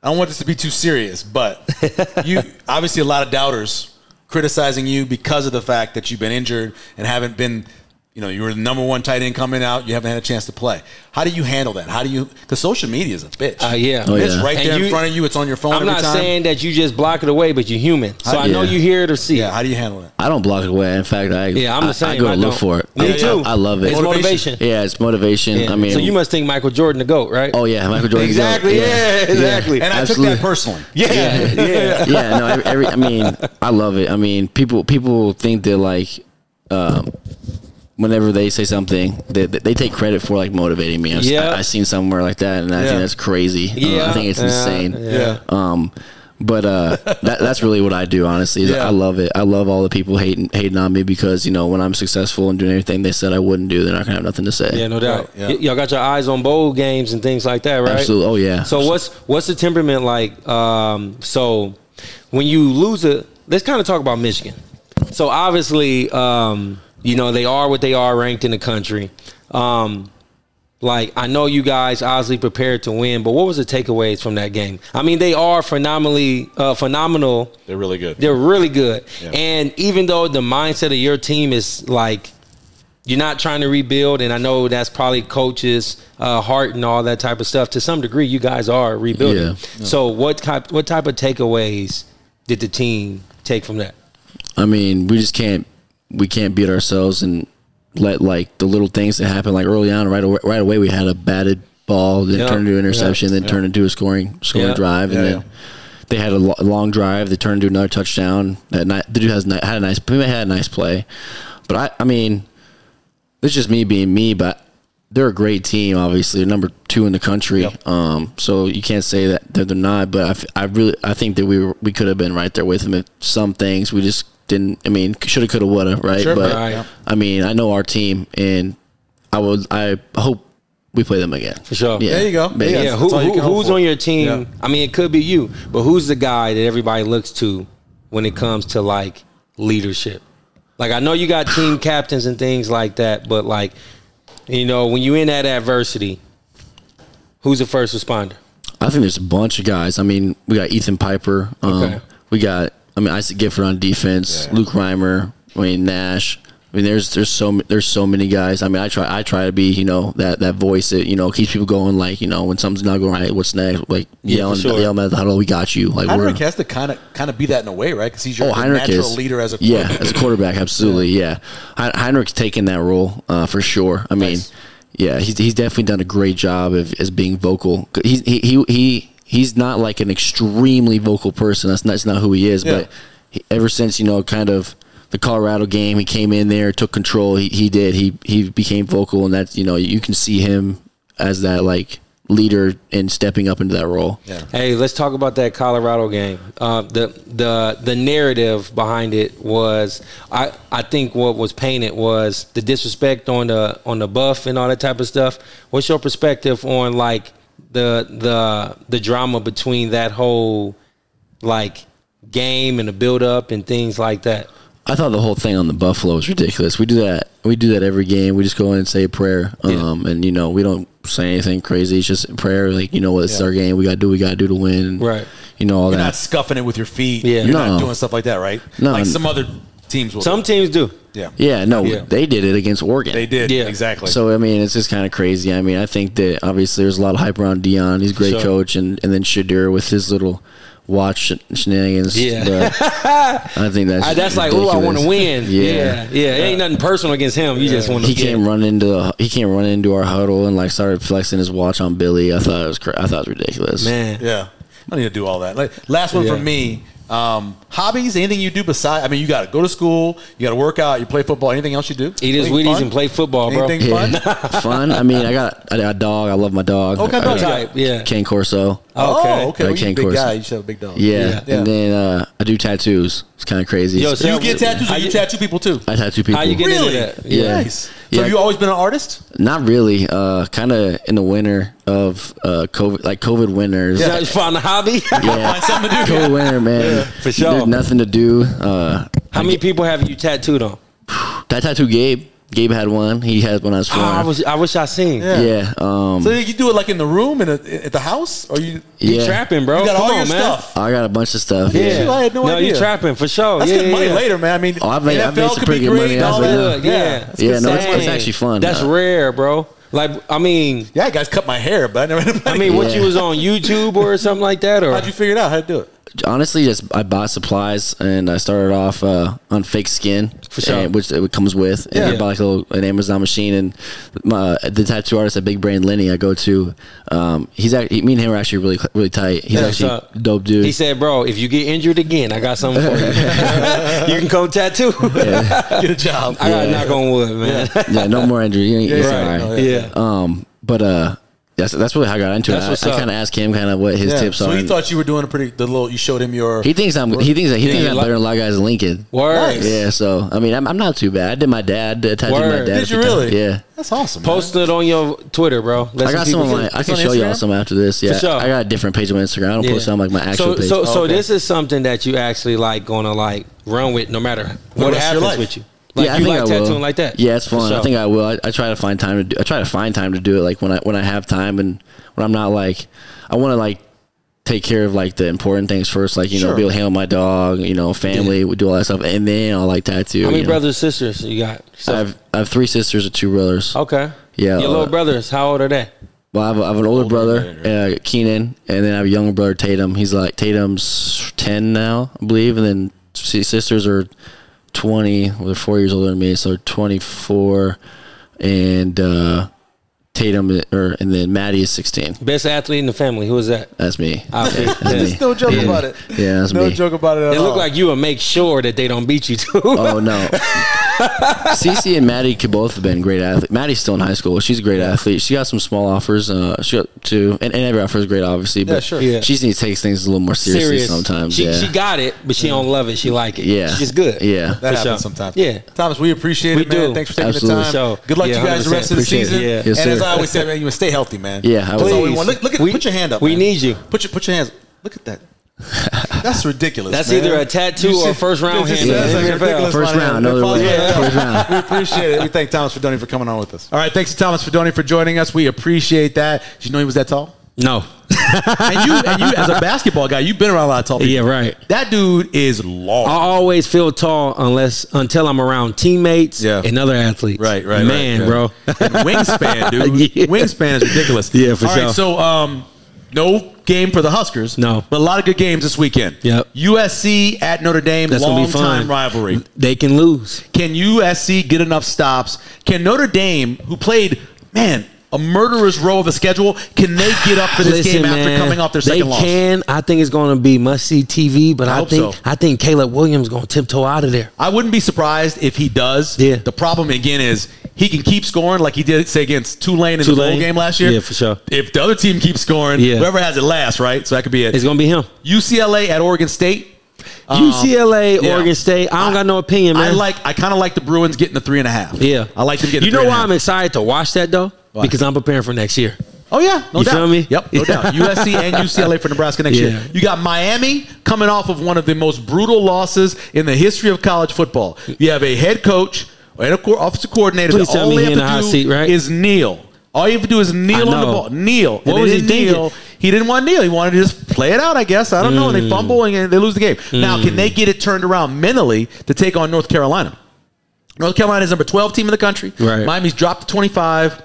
S1: I don't want this to be too serious, but you obviously a lot of doubters criticizing you because of the fact that you've been injured and haven't been you know, you were the number one tight end coming out. You haven't had a chance to play. How do you handle that? How do you? Because social media is a bitch.
S2: Uh, yeah.
S5: Oh,
S1: it's
S5: yeah.
S1: right
S2: And
S1: there
S2: you-
S1: in front of you. It's on your phone.
S2: I'm
S1: every
S2: not
S1: time.
S2: saying that you just block it away, but you're human, so I know
S5: Yeah.
S2: you hear it or see.
S1: Yeah.
S2: it.
S1: How do you handle it?
S5: I don't block it away. In fact, I
S2: Yeah, I'm the
S5: I-
S2: same.
S5: I, go
S2: I
S5: to look
S2: don't.
S5: for it.
S2: Me
S5: I,
S2: too.
S5: I, I love it.
S2: It's motivation.
S5: Yeah, it's motivation.
S2: Yeah.
S5: I mean,
S2: so you must think Michael Jordan the goat, right?
S5: Oh yeah, Michael Jordan.
S2: Exactly, yeah, exactly.
S1: And I
S5: Absolutely.
S1: took that personally.
S2: yeah, yeah.
S5: yeah, no. Every, every, I mean, I love it. I mean, people people think that like, um, whenever they say something, they, they- they take credit for like motivating me. I've,
S2: Yeah.
S5: I, have seen somewhere like that, and I
S1: Yeah.
S5: think that's crazy. Uh, I think it's
S2: Yeah,
S5: insane.
S2: Yeah.
S5: Um, but uh, that, that's really what I do. Honestly, is
S1: Yeah.
S5: I love it. I love all the people hating hating on me because you know when I'm successful and doing everything they said I wouldn't do, they're not gonna have nothing to say.
S2: Yeah, no doubt.
S1: yeah.
S2: Y- y'all got your eyes on bowl games and things like that, right?
S5: Absolutely. Oh, yeah.
S2: So what's what's the temperament like? Um, so when you lose a, let's kind of talk about Michigan. So obviously, um, you know they are what they are ranked in the country. Um, like I know you guys obviously prepared to win, but what was the takeaways from that game? I mean, they are phenomenally uh, phenomenal.
S1: They're really good.
S2: They're really good.
S1: Yeah.
S2: And even though the mindset of your team is like you're not trying to rebuild, and I know that's probably coaches' uh, heart and all that type of stuff. To some degree, you guys are rebuilding.
S5: Yeah.
S2: So what type what type of takeaways did the team take from that?
S5: I mean, we just can't we can't beat ourselves and let like the little things that happen like early on right away, right away we had a batted ball then
S2: Yeah.
S5: turned into an interception then turned into a scoring scoring
S2: Yeah.
S5: drive and
S1: Yeah,
S5: then they had a lo- long drive they turned into another touchdown that night the dude has ni- had a nice had a nice play but I I mean it's just me being me but they're a great team. Obviously, they're number two in the country.
S1: Yep.
S5: Um, so you can't say that that they're not. But I f- I, really, I think that we were, we could have been right there with them. At some things, we just didn't. I mean, shoulda, coulda, woulda, right?
S1: Sure.
S5: but
S2: Right.
S5: I mean, I know our team, and I would, I hope we play them again.
S2: For sure.
S5: Yeah.
S1: There you go.
S5: Maybe.
S2: Yeah,
S1: That's-
S2: who,
S1: that's all you
S2: who-
S1: can hope
S2: who's
S1: for.
S2: on your team?
S1: Yeah.
S2: I mean, it could be you, but who's the guy that everybody looks to when it comes to like leadership? Like, I know you
S1: *sighs*
S2: got team captains and things like that, but like, you know, when you in that adversity, who's the first responder?
S5: I think there's a bunch of guys. I mean, we got Ethan Piper. Um,
S2: Okay.
S5: We got, I mean, Isaac Gifford on defense. Luke Reimer. I mean, Nash. I mean, there's there's so ma- there's so many guys. I mean, I try I try to be you know that that voice that you know keeps people going. Like you know when something's not going right, what's next? Like yelling,
S2: sure.
S5: yelling at the huddle, we got you. Like
S1: Heinrich has to kind of kind of be that in a way, right? Because he's your
S5: oh,
S1: your
S5: Heinrich
S1: natural
S5: is
S1: leader as a
S5: yeah
S1: quarterback.
S5: as a quarterback, absolutely yeah. Hein- Heinrich's taken that role uh, for sure. I mean,
S1: Nice.
S5: yeah, he's he's definitely done a great job of as being vocal. He's he he. he He's not like an extremely vocal person. That's not, that's not who he is.
S1: Yeah.
S5: But he, ever since you know, kind of the Colorado game, he came in there, took control. He, he did. He he became vocal, and that's you know you can see him as that like leader and stepping up into that role.
S1: Yeah.
S2: Hey, let's talk about that Colorado game. Uh, the the the narrative behind it was, I I think what was painted was the disrespect on the on the buff and all that type of stuff. What's your perspective on like the the the drama between that whole like game and the build up and things like that?
S5: I thought the whole thing on the Buffalo was ridiculous. We do that. We do that every game. We just go in and say a prayer, um, and you know we don't say anything crazy. It's just a prayer. Like you know what, it's
S1: Yeah.
S5: our game. We got to do. what We got to do to win. and,
S2: Right.
S5: You know all
S1: You're not
S5: that.
S1: scuffing it with your feet.
S2: Yeah.
S1: You're not
S5: No.
S1: doing stuff like that, right?
S5: No.
S1: Like some other teams will.
S2: Some teams do.
S1: yeah.
S5: yeah. No,
S2: Yeah.
S5: they did it against Oregon.
S1: They did.
S2: Yeah.
S1: Exactly.
S5: So I mean, it's just kind of crazy. I mean, I think that obviously there's a lot of hype around Dion. He's a great
S2: Sure.
S5: coach, and and then Shadir with his little watch shen- shenanigans.
S2: Yeah.
S5: But
S2: *laughs*
S5: I think that's
S2: I, that's like, oh, I want to win.
S5: *laughs*
S2: yeah,
S5: ridiculous.
S2: yeah. It ain't nothing personal against him. You just want to.
S5: he came running into the, he came running into our huddle and like started flexing his watch on Billy. I thought it was cra- I thought it was ridiculous.
S2: man.
S1: Yeah. I don't need to do all that. Like, last one
S2: Yeah.
S1: for me. Um, hobbies, anything you do besides, I mean, you got to go to school, you got to work out, you play football, anything else you do?
S2: Eat his
S1: Anything
S2: Wheaties
S1: fun?
S2: and play football, bro.
S1: Anything
S5: Yeah.
S2: *laughs*
S1: fun?
S5: fun. I mean, I got I got a dog. I love my dog.
S1: Oh, what kind of
S5: I
S1: dog you
S5: got
S1: got?
S2: Yeah.
S5: Ken Corso.
S1: Oh, okay.
S5: I
S1: Well, you're a
S5: can't
S1: big
S5: course.
S1: guy. You should have a big dog.
S5: Yeah.
S1: Yeah.
S5: And then uh, I do tattoos. It's kind of crazy.
S2: Yo,
S5: It's-
S1: Do you
S2: Yeah,
S1: get
S2: we-
S1: tattoos?
S2: how
S1: Or you
S2: you-
S1: tattoo people too?
S5: I tattoo people.
S2: How you get into
S1: Really?
S2: that? Yeah.
S1: Nice. So
S5: Yeah.
S1: have you always been an artist?
S5: Not really. Uh, kind of in the winter of uh, COVID, like COVID winters.
S2: Now you found a hobby.
S5: Yeah.
S1: Find something to do.
S5: COVID winter, man.
S2: for sure.
S5: There's nothing to do. Uh,
S2: How many people have you tattooed on?
S5: I tattooed Gabe. Gabe had one. He had one I was
S2: Oh, I
S5: flying.
S2: was I wish I seen.
S1: Yeah.
S5: yeah. Um,
S1: So you do it like in the room and at- at the house, or you?
S2: You
S5: yeah.
S2: trapping, bro.
S1: you got
S2: Come
S1: all
S2: on,
S1: your
S2: man.
S1: stuff.
S5: I got a bunch of stuff.
S2: Yeah.
S1: Shoot, I had no idea.
S2: you trapping for sure.
S1: That's
S2: yeah,
S1: good
S2: yeah,
S1: money
S2: yeah.
S1: later, man. I mean,
S5: Oh, I made- I
S1: NFL
S5: made some
S1: could
S5: pretty
S1: be
S5: good
S1: great.
S5: money.
S1: and
S5: I was
S1: all
S5: like,
S1: that.
S2: Look, yeah.
S1: That's
S5: Yeah,
S1: good
S5: no, it's-
S1: stuff.
S5: it's actually fun.
S2: That's
S5: Uh,
S2: rare, bro. Like I mean,
S1: Yeah, guys, cut my hair, but I never. Had
S2: I mean, what
S5: Yeah.
S2: you was on YouTube or something like that, or
S1: how'd you figure it out? How'd you do it?
S5: honestly just I bought supplies and I started off uh, on fake skin,
S2: sure.
S5: and- which it comes with. And
S1: Yeah.
S5: I bought like a little, an Amazon machine and my, the tattoo artist at Big Brain Lenny I go to. Um, he's act- he, me and him are actually really cl- really tight. He's
S2: Yeah,
S5: actually
S2: what's up?
S5: dope dude.
S2: He said, "Bro, if you get injured again, I got something for you. you can come tattoo.
S1: Get a job.
S2: *laughs* I got to knock on wood, man.
S5: *laughs*
S2: *laughs*
S5: yeah, no more injury. You ain't- it's
S2: Right. Oh,
S5: all
S1: No,
S5: right.
S2: yeah.
S5: Um, but uh, that's that's really how I got into
S2: That's what's
S5: it. I,
S2: up.
S5: I kind of asked him kind of what his
S1: Yeah.
S5: tips
S1: so
S5: are.
S1: he
S5: and-
S1: thought you were doing a pretty. The little you showed him your.
S5: he thinks I'm. He thinks that he
S2: Yeah,
S5: thinks
S2: you
S5: I'm
S2: like-
S5: better than a lot of guys in Lincoln.
S2: Word.
S5: Yeah, so I mean, I'm, I'm not too bad. I did my dad. I tattooed my
S2: Word.
S5: dad.
S2: Did
S5: a
S1: Did
S5: few
S1: you
S5: times.
S1: really?
S5: Yeah.
S1: That's awesome. man.
S2: Post it on your Twitter, bro. Let
S5: I got
S2: people
S5: some of my.
S2: see.
S5: I can
S1: on
S5: show y'all
S1: Instagram?
S5: some after this. Yeah,
S2: sure.
S5: I got a different page on Instagram. I don't post
S2: Yeah.
S5: on like my actual
S2: so,
S5: page.
S2: So, so
S1: Okay.
S2: this is something that you actually like going to like run with, no matter what
S1: rest of your life.
S2: happens with you. Like
S5: yeah,
S2: you like tattooing like that.
S5: Yeah, it's
S2: For
S5: fun. I
S2: sure.
S5: think I will. I, I try to find time to. Do, I try to find time to do it. Like when I when I have time and when I'm not like, I want to like take care of like the important things first. Like you
S1: Sure.
S5: know, be able to handle my dog. You know, family. We do all that stuff, and then I'll like tattoo.
S2: How many
S5: you know.
S2: brothers and sisters Oh, you got?
S5: I have I have three sisters and two brothers.
S2: okay.
S5: Yeah,
S2: Your little
S5: uh,
S2: brothers, how old are they?
S5: Well, I have, I have an older, brother, uh, Keenan, and then I have a younger brother, Tatum. He's like Tatum's ten now, I believe, and then si- sisters are twenty. Well, they're four years older than me, so twenty four, and uh, Tatum i- or and then Maddie is sixteen.
S2: Best athlete in the family. Who is that?
S5: That's me.
S2: I see.
S5: That's me.
S1: no joke
S5: Yeah.
S1: about it.
S5: Yeah, that's
S1: no
S5: me.
S1: joke about it. At
S2: They
S1: all.
S2: *laughs* look like you and make sure that they don't beat you too.
S5: Oh no.
S2: *laughs*
S5: Cece and Maddie could both have been great athletes. Maddie's still in high school. She's a great athlete. She got some small offers. Uh, she got two, and, and every offer is great, obviously. But
S2: sure. Yeah.
S5: she just needs to take things a little more seriously sometimes.
S2: She,
S5: yeah.
S2: she got it, but she don't love it. She like it.
S5: Yeah.
S2: She's just good.
S5: Yeah. That
S2: For
S1: That happens
S2: sure.
S1: sometimes.
S2: Yeah.
S1: Thomas, we appreciate
S2: We
S1: it, man.
S2: do.
S1: Thanks for taking
S5: Absolutely.
S1: the time.
S2: So,
S1: Good luck
S2: yeah,
S1: to you guys the rest of the
S5: 100%.
S1: season.
S5: Appreciate it. Yeah. Yes,
S1: and as
S5: sir.
S1: I always say, man, you must stay healthy, man.
S5: Yeah, I
S1: That's all we
S2: Please.
S1: want. Look, look at,
S2: We-
S1: put your hand up.
S2: we
S1: man.
S2: need you.
S1: Put your put your hands. Look at that. That's ridiculous.
S2: That's
S1: man.
S2: either a tattoo
S1: You
S2: or a
S1: see-
S2: first round
S1: this
S2: hand.
S1: is- that's
S5: Yeah.
S1: like a
S2: NFL.
S1: ridiculous
S5: First
S1: amount of
S5: round,
S1: hands.
S5: no,
S1: Follow
S5: yeah,
S1: that up.
S5: first round.
S1: *laughs* We appreciate it. We thank Thomas Fedoni for coming on with us. All right, thanks to Thomas Fedoni for joining us. We appreciate that. Did you know he was that tall?
S2: No.
S1: *laughs* and you and you as a basketball guy, you've been around a lot of tall people.
S2: Yeah, right.
S1: That dude is
S2: I
S1: long.
S2: always feel tall unless until I'm around teammates
S1: Yeah.
S2: and other athletes.
S1: Right, right, right,
S2: Man,
S1: right.
S2: bro.
S1: And *laughs* wingspan, dude.
S2: *laughs* Yeah.
S1: Wingspan is ridiculous.
S2: Yeah, for
S1: All right,
S2: sure.
S1: so um, no game for the Huskers.
S2: No.
S1: but a lot of good games this weekend.
S2: Yep.
S1: USC at Notre Dame.
S2: That's gonna
S1: long
S2: be fun.
S1: time rivalry.
S2: They can lose.
S1: Can USC get enough stops? Can Notre Dame, who played man a murderous row of the schedule, can they get up for this game after
S2: man,
S1: coming off their second
S2: they
S1: loss?
S2: can. I think it's going to be must see TV, but
S1: I
S2: I,
S1: hope
S2: think
S1: so.
S2: I think Caleb Williams going to tiptoe out of there.
S1: I wouldn't be surprised if he does.
S2: Yeah.
S1: The problem again is he can keep scoring like he did say against Tulane in the bowl
S2: Tulane.
S1: game last year.
S2: Yeah, for sure.
S1: If the other team keeps scoring,
S2: Yeah.
S1: whoever has it last, right? So that could be it.
S2: It's going to be him.
S1: UCLA at Oregon State.
S2: UCLA,
S1: Um, yeah.
S2: Oregon State. I don't got no opinion, man.
S1: I like. I kind of like the Bruins getting the three and a half.
S2: Yeah,
S1: I like them getting.
S2: You
S1: the
S2: know
S1: three
S2: why
S1: and
S2: I'm
S1: a half.
S2: excited to watch that though?
S1: Why?
S2: Because I'm preparing for next year.
S1: Oh yeah, no
S2: You
S1: doubt.
S2: feel me?
S1: Yep, no doubt. USC and UCLA for Nebraska next
S2: Yeah.
S1: year. You got Miami coming off of one of the most brutal losses in the history of college football. You have a head coach and a co- offensive coordinator.
S2: Please
S1: that
S2: tell
S1: all
S2: me
S1: they
S2: he
S1: have
S2: in
S1: to
S2: the hot
S1: do
S2: seat, right?
S1: Is kneel. All you have to do is kneel
S2: I
S1: on the
S2: know.
S1: ball. Kneel. And
S2: What
S1: they
S2: was he
S1: didn't kneel.
S2: thinking?
S1: He didn't want to kneel. He wanted to just play it out, I guess. I don't know. And
S2: Hmm.
S1: they fumble and they lose the game. Now, can they get it turned around mentally to take on North Carolina? North Carolina is number 12 team in the country.
S2: Right.
S1: Miami's dropped to 25.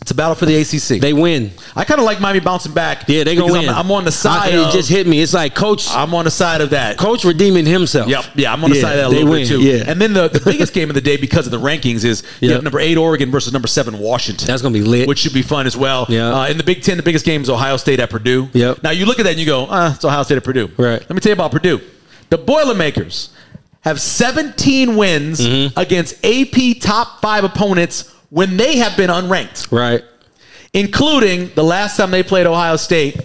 S1: It's a battle for the ACC.
S2: They win.
S1: I kind of like Miami bouncing back.
S2: Yeah, they gonna
S1: because
S2: win.
S1: I'm, I'm on the
S2: I-
S1: side.
S2: it
S1: of,
S2: just hit me. It's like coach,
S1: I'm on the side of that.
S2: coach redeeming himself.
S1: Yep. Yeah, I'm on the
S2: Yeah,
S1: side of that a
S2: they
S1: little
S2: win,
S1: bit too.
S2: Yeah,
S1: And then the, the biggest game of the day because of the rankings is you
S2: Yep.
S1: have number eight Oregon versus number seven Washington.
S2: That's gonna be lit.
S1: which should be fun as well.
S2: Yeah.
S1: Uh, in the Big Ten, the biggest game is Ohio State at Purdue.
S2: Yep.
S1: Now you look at that and you go, ah, it's Ohio State at Purdue.
S2: Right.
S1: Let me tell you about Purdue. The Boilermakers have 17 wins
S2: Mm-hmm.
S1: against AP top five opponents when they have been unranked
S2: right.
S1: including the last time they played Ohio State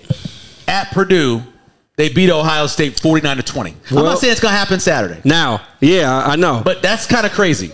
S1: at Purdue. They beat Ohio State 49 to 20. I'm
S2: Well-
S1: not saying it's going to happen Saturday,
S2: Now, yeah, I- I know.
S1: but that's kind of
S2: *laughs*
S1: crazy.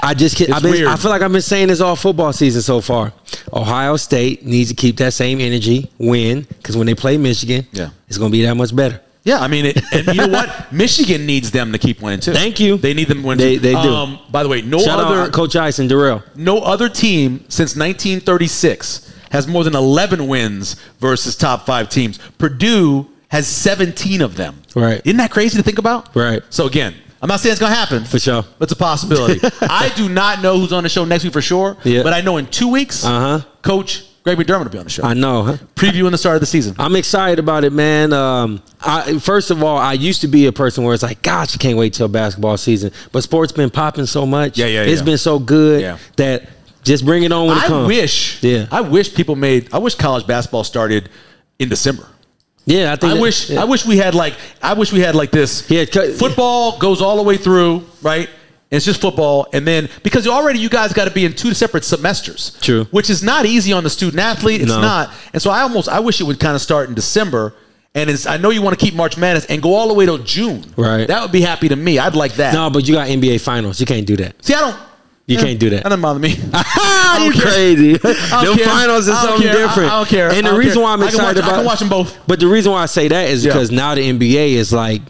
S2: I just kid.
S1: It's
S2: I've been,
S1: weird.
S2: I feel like I've been saying this all football season so far. Ohio State needs to keep that same energy, win, because when they play Michigan,
S1: Yeah.
S2: it's gonna be that much better.
S1: Yeah, I mean, it, and you know what? Michigan needs them to keep winning too.
S2: Thank you.
S1: They need them to win.
S2: They-
S1: too. Um,
S2: they do.
S1: by the way, no
S2: Shout
S1: other
S2: out Coach Ice and Darrell.
S1: no other team since 1936 has more than 11 wins versus top five teams. Purdue has 17 of them.
S2: Right.
S1: Isn't that crazy to think about?
S2: Right.
S1: So again, I'm not saying it's gonna happen
S2: For sure.
S1: But it's a
S2: *laughs*
S1: possibility. I do not know who's on the show next week for sure.
S2: Yeah.
S1: But I know in two weeks,
S2: Uh-huh.
S1: Coach Greg McDermott will be on the show.
S2: I know. Huh?
S1: Previewing the start of the season.
S2: I'm excited about it, man. Um, I, first of all, I used to be a person where it's like, gosh, I can't wait till basketball season. But sports been popping so much.
S1: Yeah, yeah,
S2: It's
S1: yeah.
S2: been so good
S1: Yeah.
S2: that just bring it on when it
S1: I
S2: comes.
S1: wish.
S2: Yeah.
S1: I wish people made. I wish college basketball started in December.
S2: Yeah, I think.
S1: I
S2: that-
S1: wish
S2: yeah.
S1: I wish we had like I wish we had like this.
S2: Yeah, cut-
S1: football goes all the way through, right? And it's just football, and then because already you guys got to be in two separate semesters,
S2: True.
S1: which is not easy on the student athlete. It's
S2: No.
S1: not, and so I almost I wish it would kind of start in December. And it's, I know you want to keep March Madness and go all the way till June.
S2: Right.
S1: That would be happy to me. I'd like that.
S2: No, but you got NBA finals. You can't do that.
S1: See, I don't.
S2: You can't do that.
S1: That doesn't bother me.
S2: *laughs* you
S1: care.
S2: crazy. Them
S1: don't care.
S2: finals is
S1: I don't
S2: something
S1: care. I-
S2: different.
S1: I don't care. I
S2: And the
S1: don't
S2: reason
S1: care.
S2: why I'm
S1: I can watch-
S2: excited
S1: I
S2: about
S1: can watch 'em both.
S2: But the reason why I say that is
S1: Yeah.
S2: because now the NBA is like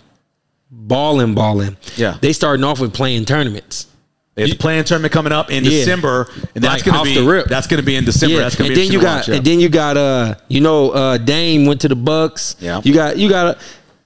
S2: balling, balling.
S1: Yeah.
S2: They starting off with playing tournaments.
S1: They have the playing tournament coming up in
S2: Yeah.
S1: December, and that's
S2: Like,
S1: going to
S2: off
S1: be
S2: the rip.
S1: that's going to be in December. That's going to
S2: and
S1: be
S2: then you
S1: interesting to
S2: got
S1: watch, yeah.
S2: and then you got uh you know uh Dame went to the Bucks.
S1: Yeah.
S2: You got you got uh,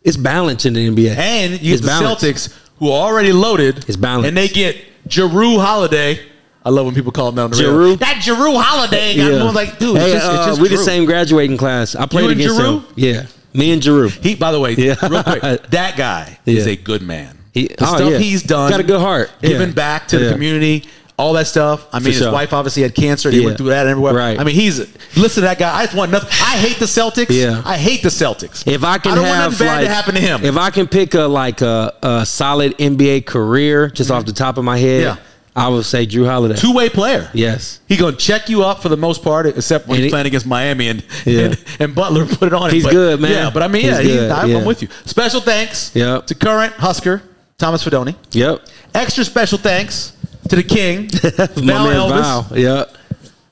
S2: it's balanced in the NBA.
S1: And you get
S2: it's
S1: the
S2: balanced.
S1: Celtics, who are already loaded.
S2: It's balanced.
S1: And they get Jeru Holiday. I love when people call him down the rail.
S2: Jrue?
S1: That Jeru Holiday. Yeah. Everyone's like, dude, it's
S2: Hey,
S1: just, it's
S2: uh,
S1: just
S2: we the
S1: Jrue.
S2: same graduating class. I played
S1: and
S2: against
S1: Jrue?
S2: him. Yeah. Me and Giroux.
S1: He, by the way,
S2: Yeah.
S1: real quick,
S2: *laughs*
S1: that guy
S2: Yeah.
S1: is a good man.
S2: He-
S1: the
S2: oh,
S1: stuff
S2: yeah.
S1: he's done,
S2: Got a good heart.
S1: giving
S2: Yeah.
S1: back to the
S2: Yeah.
S1: community. all that stuff. I mean, his
S2: sure.
S1: wife obviously had cancer. They
S2: Yeah.
S1: went through that and everywhere.
S2: Right.
S1: I mean, he's listen to that guy. I just want nothing. I hate the Celtics.
S2: Yeah.
S1: I hate the Celtics.
S2: If I can
S1: I don't
S2: have
S1: want nothing bad
S2: like,
S1: to happen to him.
S2: If I can pick a like a, a solid NBA career just off the top of my head,
S1: Mm-hmm. Yeah.
S2: I would say Drew Holiday.
S1: Two way player.
S2: Yes.
S1: He gonna check you up for the most part, except when
S2: And
S1: he's
S2: he-
S1: playing against Miami and,
S2: Yeah.
S1: and and Butler *laughs* put it on. him.
S2: He's
S1: But-
S2: good, man.
S1: Yeah, but I mean,
S2: He's
S1: yeah, he-
S2: good,
S1: I'm,
S2: yeah.
S1: I'm with you. Special thanks
S2: Yep.
S1: to current Husker Thomas Fedoni.
S2: Yep.
S1: Extra special thanks to the King Val
S2: *laughs* my man
S1: Elvis,
S2: Val. Yep.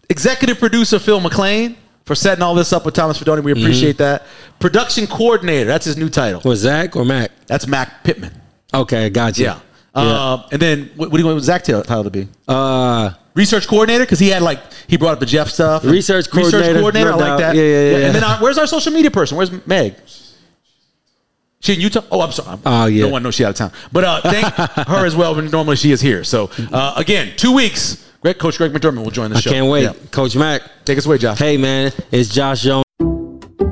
S1: executive producer Phil McLean for setting all this up with Thomas Fedoni.
S2: Mm-hmm.
S1: We appreciate that. Production coordinator, that's his new title.
S2: Was Zach or Mac?
S1: That's Mac Pittman.
S2: Okay, gotcha.
S1: Yeah. Um, and then what, what do you want Zach title title to be?
S2: Uh,
S1: Research coordinator, because he had like he brought up the Jeff stuff.
S2: Research coordinator,
S1: Research coordinator,
S2: no
S1: I like
S2: doubt.
S1: that.
S2: Yeah, yeah, yeah.
S1: And then our, where's our social media person? Where's Meg? She in Utah. Oh, I'm sorry.
S2: Oh, yeah.
S1: No one knows she out of town. But uh,
S2: *laughs*
S1: thank her as well. When normally she is here. So uh, again, two weeks. Greg, Coach Greg McDermott will join the
S2: I
S1: show.
S2: can't wait.
S1: Yeah.
S2: Coach Mac.
S1: Take us away, Josh.
S2: Hey man, it's Josh Jones.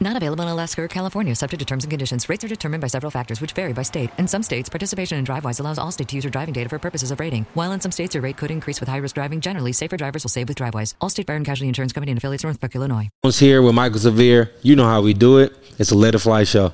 S6: Not available in Alaska or California, subject to terms and conditions. Rates are determined by several factors, which vary by state. In some states, participation in DriveWise allows Allstate to use your driving data for purposes of rating, while in some states, your rate could increase with high risk driving. Generally, safer drivers will save with DriveWise. Allstate Fire and Casualty Insurance Company and affiliates, Northbrook, Illinois.
S2: here with Michael Severe. You know how we do it. It's a Let It Fly show.